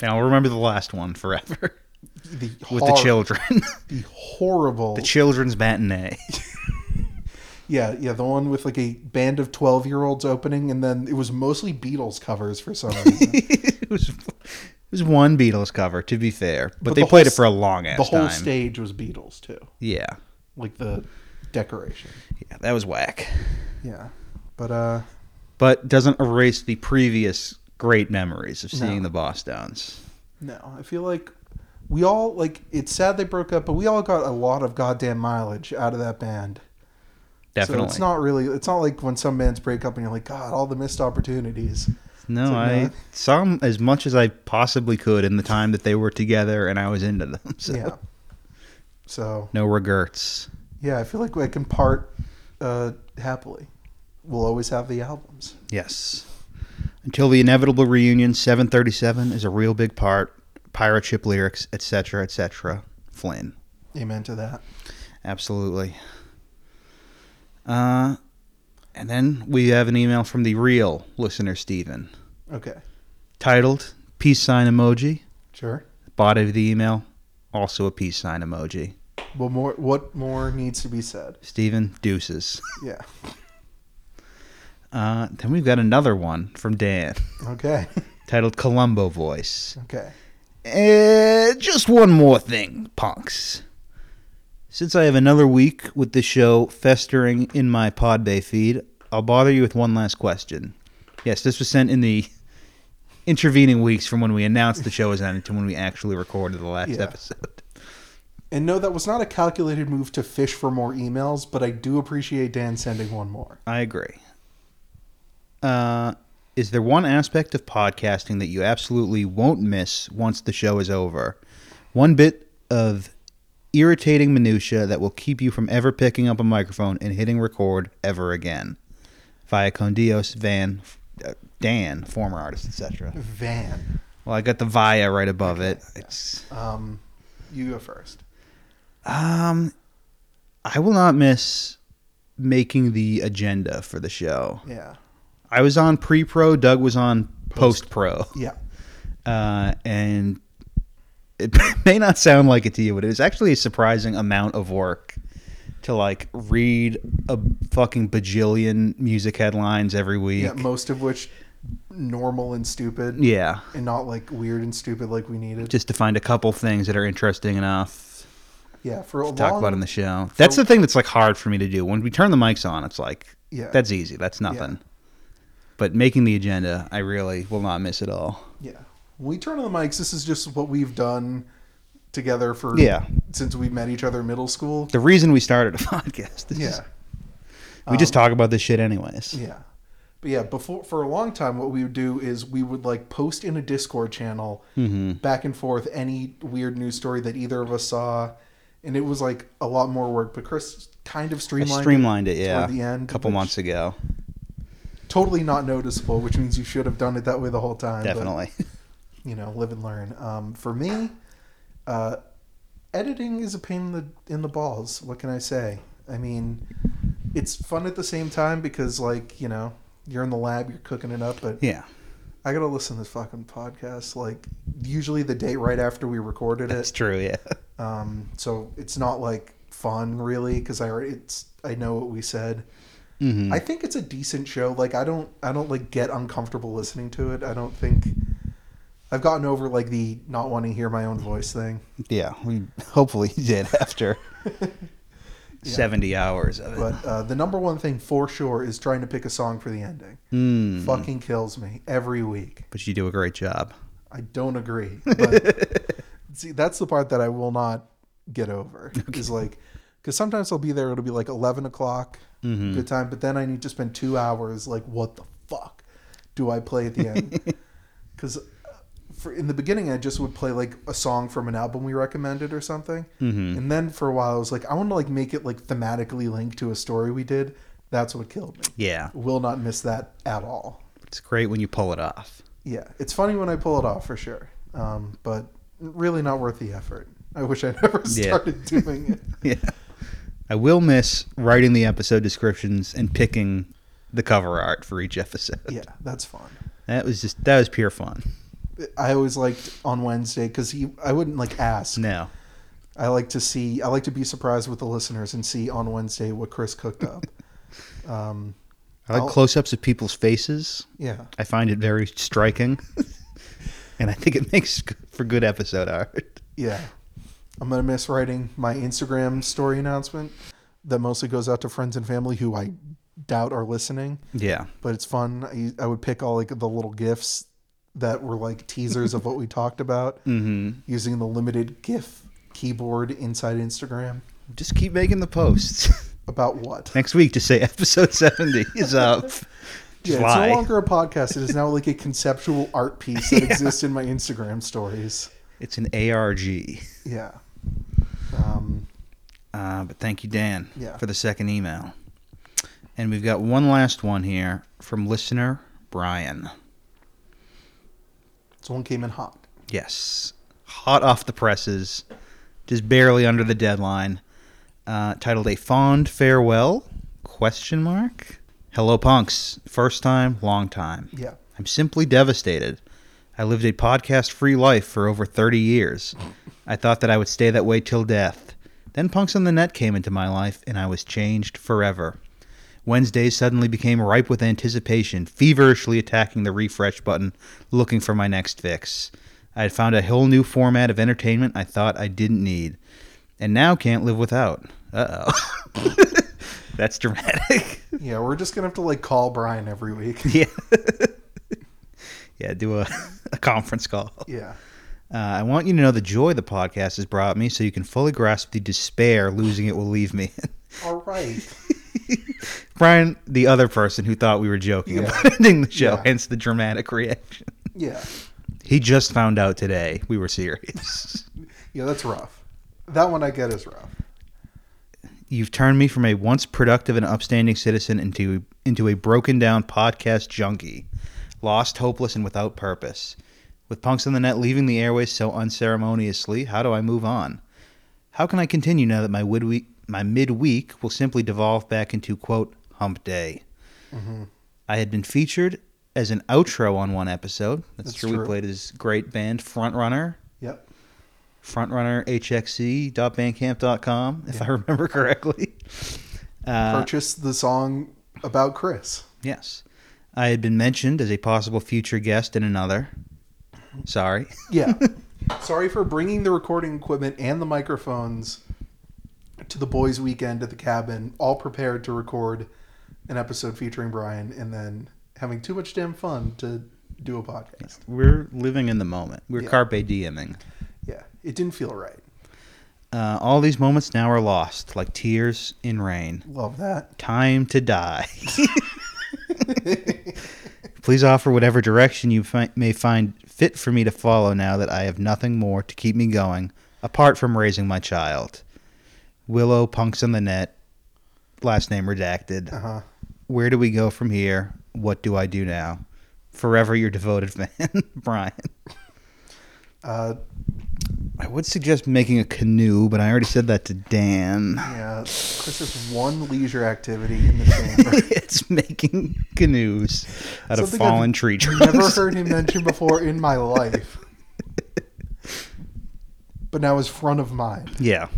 And I'll remember the last one forever
the
with
hor-
the children,
the horrible
the children's matinee.
yeah yeah the one with like a band of 12 year olds opening and then it was mostly beatles covers for some reason
it was it was one Beatles cover, to be fair, but,
But
they
the
played
whole
it for a long ass
the whole
time.
stage was beatles too
yeah,
like the decoration
yeah, that was whack.
yeah but uh
But doesn't erase the previous great memories of
No.
seeing the Boss Downs.
no i feel like we all like it's sad they broke up but we all got a lot of goddamn mileage out of that band
Definitely.
so it's not really it's not like when some bands break up and you're like god all the missed opportunities
No,
It's like,
I
no.
saw 'em as much as I possibly could in the time that they were together, and I was into them. So
yeah so
no regrets.
Yeah, I feel like I can part uh, happily. We'll always have the albums.
Yes. Until the inevitable reunion, 737 is a real big part. Pirate ship lyrics, etc., etc. Flynn,
Amen to that.
absolutely. Uh, and then we have an email from the real listener, Steven,
Okay,
titled "Peace Sign Emoji."
sure.
Body of the email, also a peace sign emoji.
What more? What more needs to be said?
Steven, deuces.
Yeah.
Uh, then we've got another one from Dan
Okay.
titled Columbo Voice.
Okay.
Eh, just one more thing, punks. Since I have another week with the show festering in my Podbay feed, I'll bother you with one last question. Yes, this was sent in the intervening weeks from when we announced the show was ended to when we actually recorded the last
Yeah.
episode.
And no, that was not a calculated move to fish for more emails, but I do appreciate Dan sending one more.
I agree. Uh, is there one aspect of podcasting that you absolutely won't miss once the show is over? One bit of irritating minutia that will keep you from ever picking up a microphone and hitting record ever again. Via Condios, Van, uh, Dan, former artist, etc.
Van,
Well, I got the via right above it. It's
um, you go first.
um, I will not miss making the agenda for the show.
Yeah.
I was on pre pro, Doug was on post pro.
Yeah.
Uh, and It may not sound like it to you, but it was actually a surprising amount of work to like read a fucking bajillion music headlines every week.
Yeah, most of which normal and stupid,
yeah,
and not like weird and stupid like we needed.
just to find a couple things that are interesting enough
yeah, for a long
to talk about in the show. That's the thing that's like hard for me to do. When we turn the mics on, it's like
yeah,
that's easy. That's nothing. But making the agenda, I really will not miss it all.
yeah. When we turn on the mics, this is just what we've done together for
Yeah.
since we met each other in middle school.
The reason we started a podcast. This is-
Yeah,
we just talk about this shit anyways.
Um, Yeah. But yeah, before for a long time what we would do is we would like post in a Discord channel
Mm-hmm. Hmm.
back and forth any weird news story that either of us saw and it was like a lot more work, but Chris kind of
I
streamlined, it,
streamlined it, yeah,
toward the end,
a couple
which-
months ago,
totally not noticeable, which means you should have done it that way the whole time. but,
definitely.
you know, live and learn. Um, for me, uh, editing is a pain in the in the balls. What can I say? I mean, it's fun at the same time because like, you know, you're in the lab, you're cooking it up, but
yeah,
I gotta listen to this fucking podcast. Like usually the day right after we recorded
that's
it,
true. Yeah,
um, so it's not like fun really because I already it's I know what we said.
Mhm.
I think it's a decent show. Like I don't I don't like get uncomfortable listening to it. I don't think I've gotten over like the not wanting to hear my own voice thing.
yeah. We hopefully did after seventy hours of it.
But uh, the number one thing for sure is trying to pick a song for the ending.
Hmm.
Fucking kills me every week.
But you do a great job.
I don't agree. But see, that's the part that I will not get over. Is like, because sometimes I'll be there. It'll be like eleven o'clock, good time. But then I need to spend two hours. Like, what the fuck do I play at the end? Because in the beginning, I just would play like a song from an album we recommended or something. And then for a while, I was like, I want to like make it like thematically linked to a story we did. That's what killed me.
Yeah,
Will not miss that at all
it's great when you pull it off.
yeah, it's funny when I pull it off for sure, um, but really not worth the effort. I wish I never
Yeah.
started doing it.
Yeah, I will miss writing the episode descriptions and picking the cover art for each episode.
Yeah, that's fun.
That was just that was pure fun.
I always liked on Wednesday because he I wouldn't like ask.
No,
I like to see I like to be surprised with the listeners and see on Wednesday what Chris cooked up. um,
I like
I'll-
close-ups of people's faces.
yeah,
I find it very striking, and I think it makes g- for good episode art.
yeah. I'm gonna miss writing my Instagram story announcement that mostly goes out to friends and family who I doubt are listening.
Yeah,
but it's fun. I, I would pick all like the little gifs that were like teasers of what we talked about mm-hmm. using the limited GIF keyboard inside Instagram.
just keep making the posts.
About what?
Next week, just say episode seventy is up. Just
Yeah, it's
lie.
no longer a podcast. It is now like a conceptual art piece that exists in my Instagram stories.
It's an ARG.
Yeah. Um,
Uh, but thank you, Dan,
Yeah.
for the second email. And we've got one last one here from listener Brian.
this one came in hot.
Yes. Hot off the presses, just barely under the deadline. Uh, titled A Fond Farewell? Question mark. Hello punks. First time, long time.
Yeah.
I'm simply devastated. I lived a podcast free life for over 30 years. I thought that I would stay that way till death. Then Punks on the Net came into my life, and I was changed forever. Wednesdays suddenly became ripe with anticipation, feverishly attacking the refresh button, looking for my next fix. I had found a whole new format of entertainment I thought I didn't need, and now can't live without. Uh oh. That's dramatic.
Yeah, we're just gonna have to like call Brian every week.
Yeah. yeah, do a, a conference call.
Yeah.
Uh, I want you to know the joy the podcast has brought me so you can fully grasp the despair losing it will leave me.
All right.
Brian, the other person who thought we were joking
Yeah.
about ending the show,
Yeah.
hence the dramatic reaction.
Yeah.
He just found out today we were serious.
Yeah, that's rough. That one I get is rough.
You've turned me from a once productive and upstanding citizen into into a broken down podcast junkie, lost, hopeless, and without purpose. With punks on the net leaving the airways so unceremoniously, how do I move on? How can I continue now that my midweek my midweek will simply devolve back into quote hump day? Mm-hmm. I had been featured as an outro on one episode. That's,
That's
true.
true.
We played his great band Frontrunner
Yep.
frontrunnerhxc.bandcamp.com, if I remember correctly. Uh,
Purchase the song about Chris.
yes. I had been mentioned as a possible future guest in another. Sorry.
Yeah. Sorry for bringing the recording equipment and the microphones to the boys' weekend at the cabin, all prepared to record an episode featuring Brian, and then having too much damn fun to do a podcast.
We're living in the moment. We're
Yeah.
carpe dieming.
Yeah, it didn't feel right.
Uh, all these moments now are lost, like tears in rain.
Love that.
Time to die. Please offer whatever direction you fi- may find fit for me to follow now that I have nothing more to keep me going apart from raising my child. Willow punks on the net. Last name redacted.
Uh huh.
Where do we go from here? What do I do now? Forever your devoted fan, Brian.
Uh,
I would suggest making a canoe, but I already said that to Dan.
yeah, Chris's one leisure activity in the chamber.
it's making canoes out of
Something I've
fallen tree trunks.
Never heard him mentioned before in my life. But now is front of mind.
Yeah.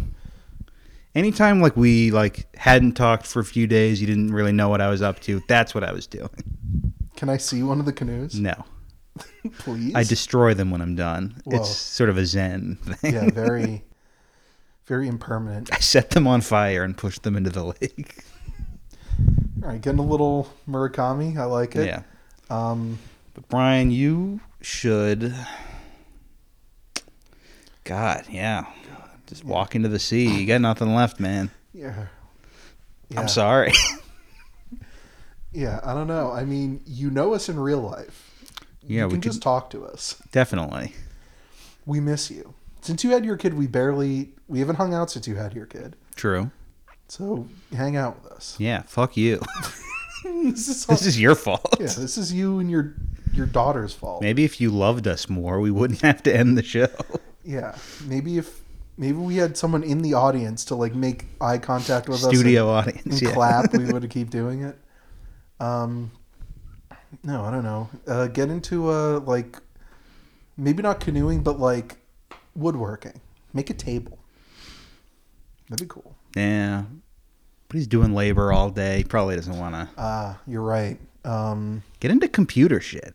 Anytime like we like hadn't talked for a few days, you didn't really know what I was up to. That's what I was doing.
Can I see one of the canoes?
No,
Please.
Mm. I destroy them when I'm done.
Whoa.
It's sort of a zen thing.
Yeah, very very impermanent.
I set them on fire and pushed them into the lake.
All right, getting a little Murakami. I like it.
Yeah,
Um,
but Brian, you should. God, yeah. Just walk into the sea. You got nothing left, man.
yeah.
I'm sorry.
Yeah, I don't know. I mean, you know us in real life.
Yeah,
you
we
can
could-
just talk to us.
Definitely.
We miss you. Since you had your kid, we barely we haven't hung out since you had your kid.
True.
So hang out with us.
Yeah. Fuck you.
this is, all,
this is your fault.
yeah. This is you and your your daughter's fault.
Maybe if you loved us more, we wouldn't have to end the show.
Yeah. Maybe if maybe we had someone in the audience to like make eye contact with us. and-
Studio
and
audience, yeah.
clap, we would keep doing it. Um, no, I don't know. Uh, get into a like, maybe not canoeing, but like woodworking. Make a table. That'd be cool.
Yeah, but he's doing labor all day. He probably doesn't want to
Ah, you're right. Um,
get into computer shit.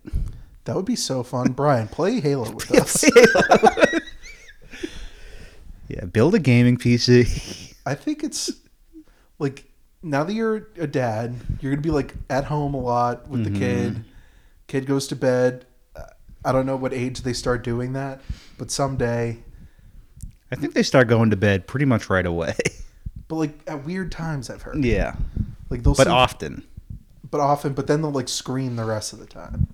that would be so fun. Brian, play Halo with us.
Yeah, build a gaming PC.
I think it's like now that you're a dad, you're gonna be like at home a lot with the kid. Kid goes to bed. Uh, I don't know what age they start doing that, but someday.
I think they start going to bed pretty much right away.
But like at weird times, I've heard.
yeah,
Like they'll,
but
sleep-
often.
but often, but then they'll like scream the rest of the time,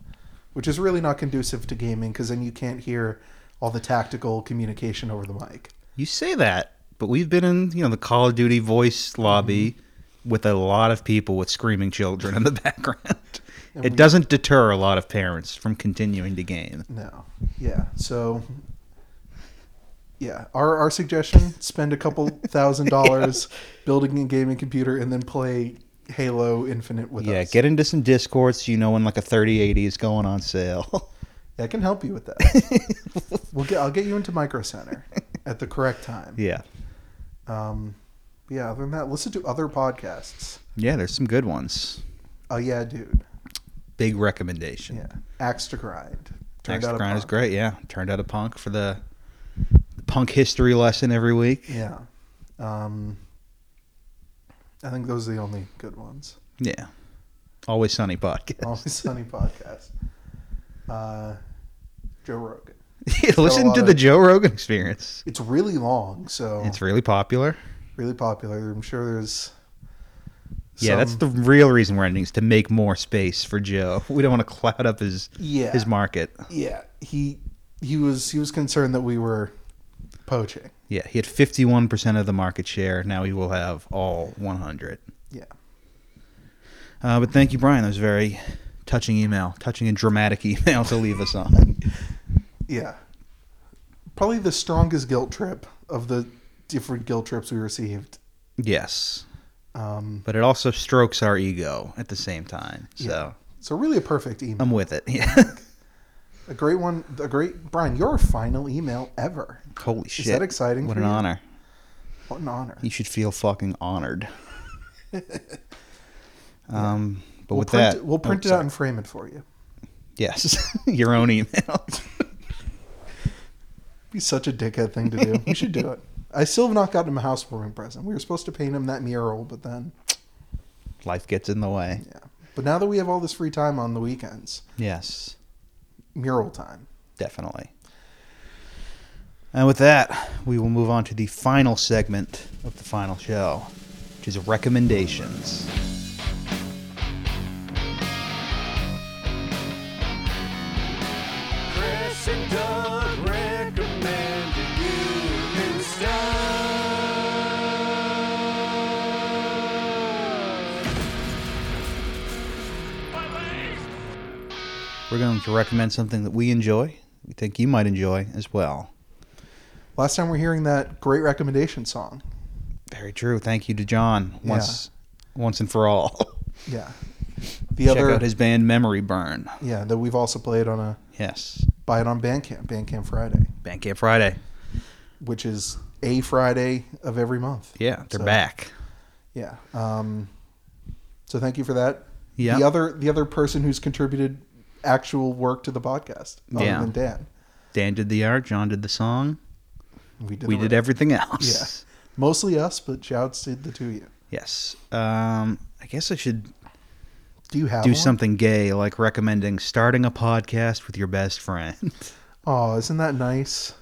which is really not conducive to gaming because then you can't hear all the tactical communication over the mic.
You say that, but we've been in you know the Call of Duty voice lobby
Mm-hmm.
with a lot of people with screaming children in the background.
And
it
we-
doesn't deter a lot of parents from continuing to game.
No. Yeah. So yeah, our our suggestion, spend a couple thousand dollars building a gaming computer and then play Halo Infinite with
Yeah,
us.
get into some Discord so you know when like a 3080 is going on sale.
I can help you with that. we'll get I'll get you into Micro Center at the correct time.
yeah.
Um yeah, other than that, listen to other podcasts.
Yeah, there's some good ones.
Oh yeah, dude.
Big recommendation.
Yeah. Axe to grind. Turned
Next
out a
Grind is
punk.
great. Yeah. Turned out a punk for the, the punk history lesson every week.
Yeah. Um I think those are the only good ones.
Yeah. Always Sunny podcast.
Always Sunny podcast. Uh, Joe Rogan.
Yeah, Listen
lot
to the
of- Oh.
Joe Rogan experience.
It's really long, so
It's really popular.
really popular. I'm sure there's.
Yeah, that's
some-
the real reason we're ending is to make more space for Joe. We don't want to cloud up his
yeah
his market.
yeah he he was he was concerned that we were poaching.
Yeah, he had 51% of the market share. Now he will have all 100.
Yeah.
Uh, but thank you, Brian. That was a very touching email, touching and dramatic email to leave us on.
Yeah, probably the strongest guilt trip of the different guilt trips we received.
yes,
Um,
but it also strokes our ego at the same time. So
so really a perfect email.
I'm with it. Yeah.
A great one. A great Brian. Your final email ever.
Holy shit!
that exciting
What
for
an
you?
honor.
What an honor.
You should feel fucking honored. um, but
we'll
with
print
that,
it, we'll
oh,
print it out
sorry.
and frame it for you.
Yes, your own email.
Be such a dickhead thing to do. we should do it. I still have not gotten him a housewarming present. We were supposed to paint him that mural, but then
Life gets in the way.
yeah. But now that we have all this free time on the weekends,
Yes,
mural time.
definitely. And with that, we will move on to the final segment of the final show, which is recommendations.
Chris and Doug recommend you new stuff.
We're going to recommend something that we enjoy, we think you might enjoy as well.
Last time we're hearing that great recommendation song.
Very true. Thank you to John once, once and for all.
Yeah. The
Check
other
out his band Memory Burn.
yeah that we've also played on a
Yes,
buy it on Bandcamp Bandcamp Friday,
Bandcamp Friday.
which is a Friday of every month.
Yeah, they're
So-
back.
Yeah. Um, so thank you for that.
Yeah.
The other the other person who's contributed actual work to the podcast, other
Yeah.
than Dan,
Dan did the art. John did the song.
we did
we
the
did
rest.
everything else.
mostly us, but shouts to the two of you.
Yes. Um, I guess I should
Do you have
do
one?
something gay, like recommending starting a podcast with your best friend.
Oh, isn't that nice?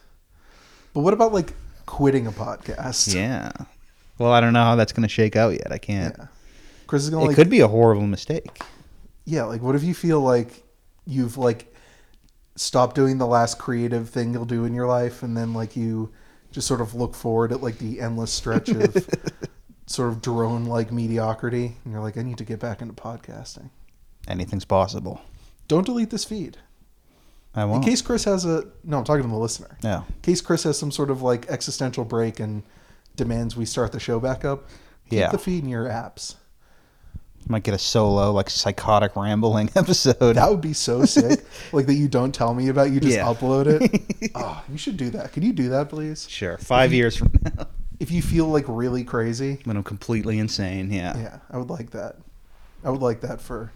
But what about like quitting a podcast?
yeah. Well, I don't know how that's going to shake out yet. I can't.
Yeah. Chris is gonna
It
like
could be a horrible mistake.
yeah like what if you feel like you've like stopped doing the last creative thing you'll do in your life and then like you just sort of look forward at like the endless stretch of sort of drone like mediocrity and you're like i need to get back into podcasting
Anything's possible.
don't delete this feed
I
in
won't.
case chris has a no i'm talking to the listener
no.
in case chris has some sort of like existential break and demands we start the show back up keep
Yeah.
the feed in your apps
Might get a solo, like psychotic rambling episode.
That would be so sick. like that you don't tell me about, you just
Yeah.
upload it. oh, you should do that. Can you do that, please?
Sure. Five years from now.
If you feel like really crazy,
When I'm completely insane. Yeah.
yeah, I would like that. I would like that for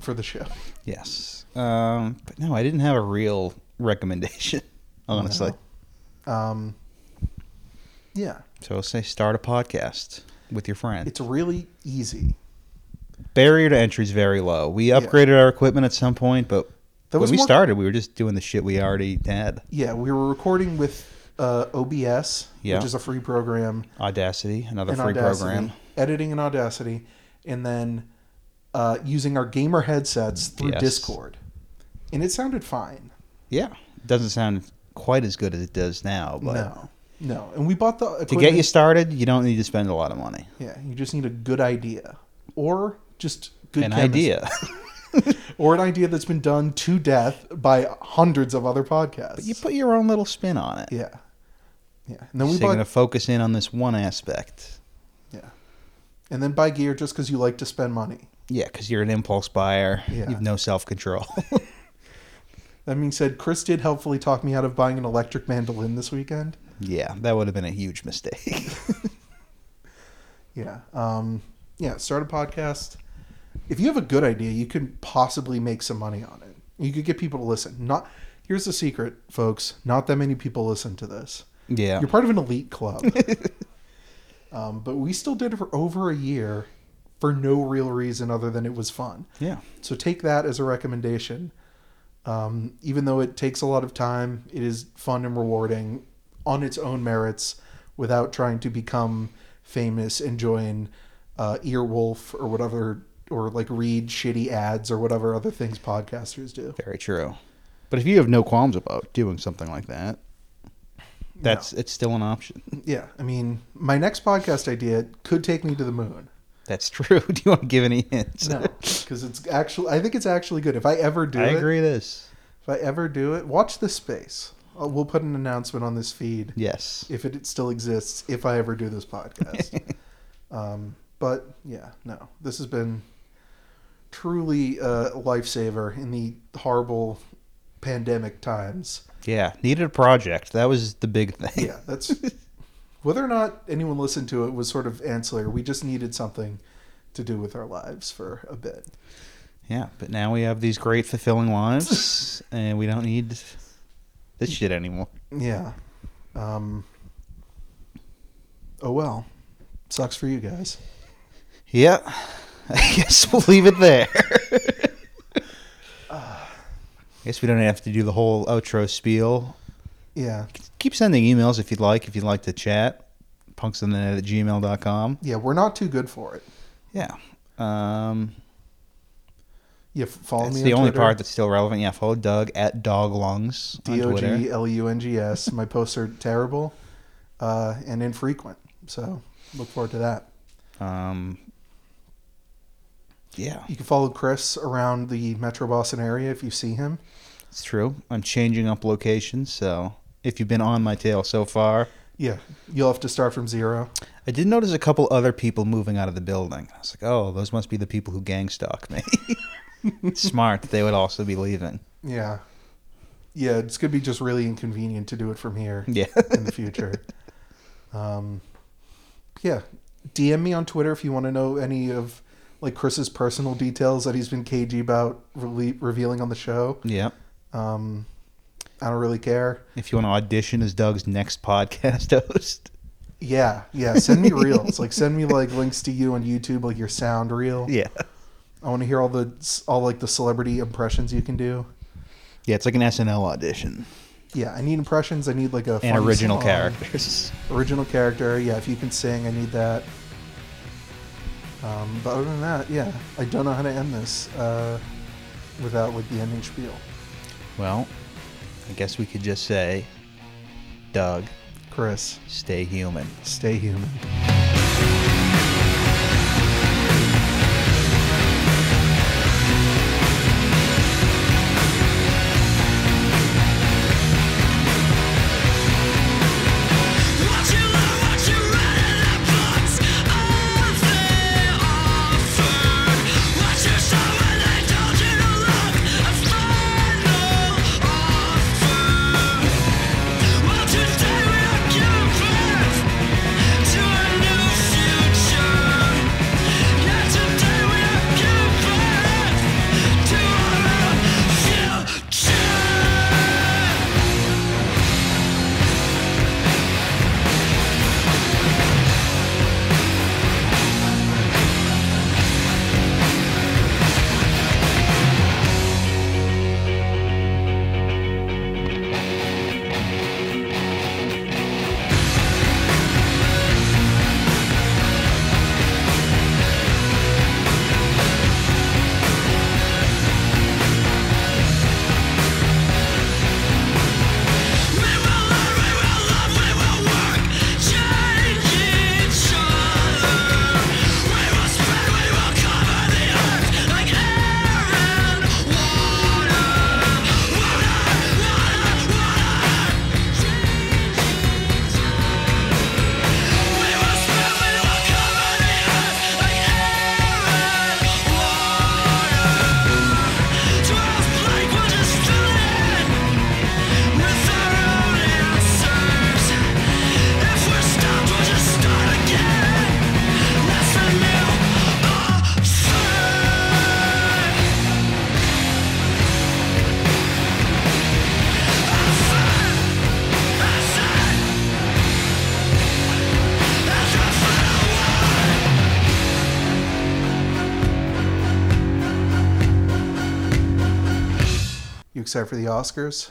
for the show.
Yes. Um, but no, I didn't have a real recommendation, honestly.
Um yeah,
So I'll say start a podcast with your friend.
it's really easy.
Barrier to entry is very low. We upgraded our equipment at some point, but
That
when
was
we
more-
started, we were just doing the shit we already had.
Yeah, we were recording with uh, OBS,
Yeah.
which is a free program.
Audacity, another
and
free
Audacity,
program.
editing in Audacity, and then uh, using our gamer headsets through
Yes.
Discord, and it sounded fine.
Yeah. Doesn't sound quite as good as it does now, but
no, no. And we bought the
to
equipment.
get you started, you don't need to spend a lot of money.
yeah, you just need a good idea, or just good
An
chemistry.
idea.
or an idea that's been done to death by hundreds of other podcasts.
you put your own little spin on it.
yeah, yeah. And
so
then we
you're going
bought
to focus in on this one aspect.
yeah, and then buy gear just because you like to spend money.
Yeah, because you're an impulse buyer.
Yeah.
You've no self control.
That being said, Chris did helpfully talk me out of buying an electric mandolin this weekend.
yeah, that would have been a huge mistake.
Yeah. Um, yeah. Start a podcast. If you have a good idea, you can possibly make some money on it. You could get people to listen. Not here's the secret, folks. Not that many people listen to this.
yeah.
You're part of an elite club. um, but we still did it for over a year for no real reason other than it was fun.
yeah.
So take that as a recommendation. Um, even though it takes a lot of time, it is fun and rewarding on its own merits without trying to become famous and join uh, Earwolf or whatever, or like read shitty ads or whatever other things podcasters do.
Very true. But if you have no qualms about doing something like that, that's it's still an option.
Yeah, I mean, my next podcast idea could take me to the moon.
That's true. Do you want to give any hints?
No, because it's actually, I think it's actually good. If I ever do
I
it,
agree. This.
if I ever do it, watch this space. Uh, We'll put an announcement on this feed.
Yes.
if it still exists, if I ever do this podcast. um, but yeah, no, this has been truly a lifesaver in the horrible pandemic times.
Yeah, needed a project. That was the big thing.
Yeah, that's whether or not anyone listened to it was sort of ancillary. We just needed something to do with our lives for a bit.
Yeah, but now we have these great fulfilling lives, and we don't need this shit anymore.
Yeah. Um, oh well, sucks for you guys.
Yeah, I guess we'll leave it there. I guess we don't have to do the whole outro spiel.
Yeah,
Keep sending emails if you'd like, if you'd like to chat. Punksonthenet at gmail.com.
yeah, we're not too good for it.
Yeah. Um,
Yeah, f- follow
that's
me.
the
on
only
Twitter,
part that's still relevant. Yeah, follow Doug at Dog Lungs on
D O
Twitter.
G L U N G S. My posts are terrible uh, and infrequent, so look forward to that.
Um, yeah,
You can follow Chris around the Metro Boston area if you see him.
it's true. I'm changing up locations, so if you've been on my tail so far,
Yeah, you'll have to start from zero.
I did notice a couple other people moving out of the building. I was like, oh, those must be the people who gang stalk me. Smart, they would also be leaving.
Yeah, yeah, it's gonna be just really inconvenient to do it from here.
Yeah.
in the future. Um, yeah, DM me on Twitter if you want to know any of like Chris's personal details that he's been cagey about rele revealing on the show.
yeah.
Um, I don't really care.
If you want to audition as Doug's next podcast host.
Yeah, yeah. Send me reels. like send me like links to you on YouTube, like your sound reel.
Yeah.
I want to hear all the all like the celebrity impressions you can do.
Yeah, it's like an SNL audition.
Yeah, I need impressions. I need like a
And
funny
original
song.
characters.
Original character. Yeah, if you can sing, I need that. Um, but other than that, yeah, I don't know how to end this uh, without like the ending spiel.
Well, I guess we could just say, Doug,
Chris,
stay human.
stay human.
Yeah! We will learn, we will love, we will work, change each other. We will spread, we will cover the earth like air and water. Water, water, water, change each other. We will spread, we will cover the earth like air and water. Twelve plague will just fill it. With our own answers, if we're stopped, we'll just start again. That's the new absurd. Absurd, absurd. That's the final word.
You excited for the Oscars?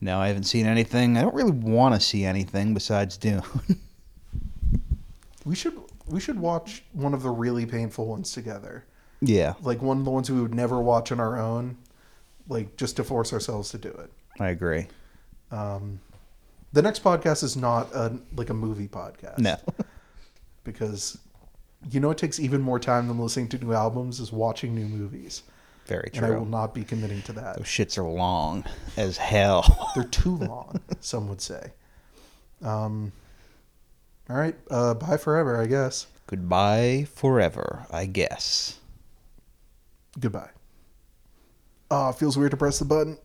No, I haven't seen anything. I don't really want to see anything besides Dune.
We should we should watch one of the really painful ones together.
yeah,
Like one of the ones we would never watch on our own, like just to force ourselves to do it.
I agree.
Um, the next podcast is not a, like a movie podcast.
No.
because you know it takes even more time than listening to new albums is watching new movies,
Very
and I will
true. Oh,
not be committing to that.
Those shits are long as hell.
They're too long, some would say. Um, all right, uh, bye forever, I guess.
Goodbye forever, I guess.
Goodbye. Ah, feels weird to press the button.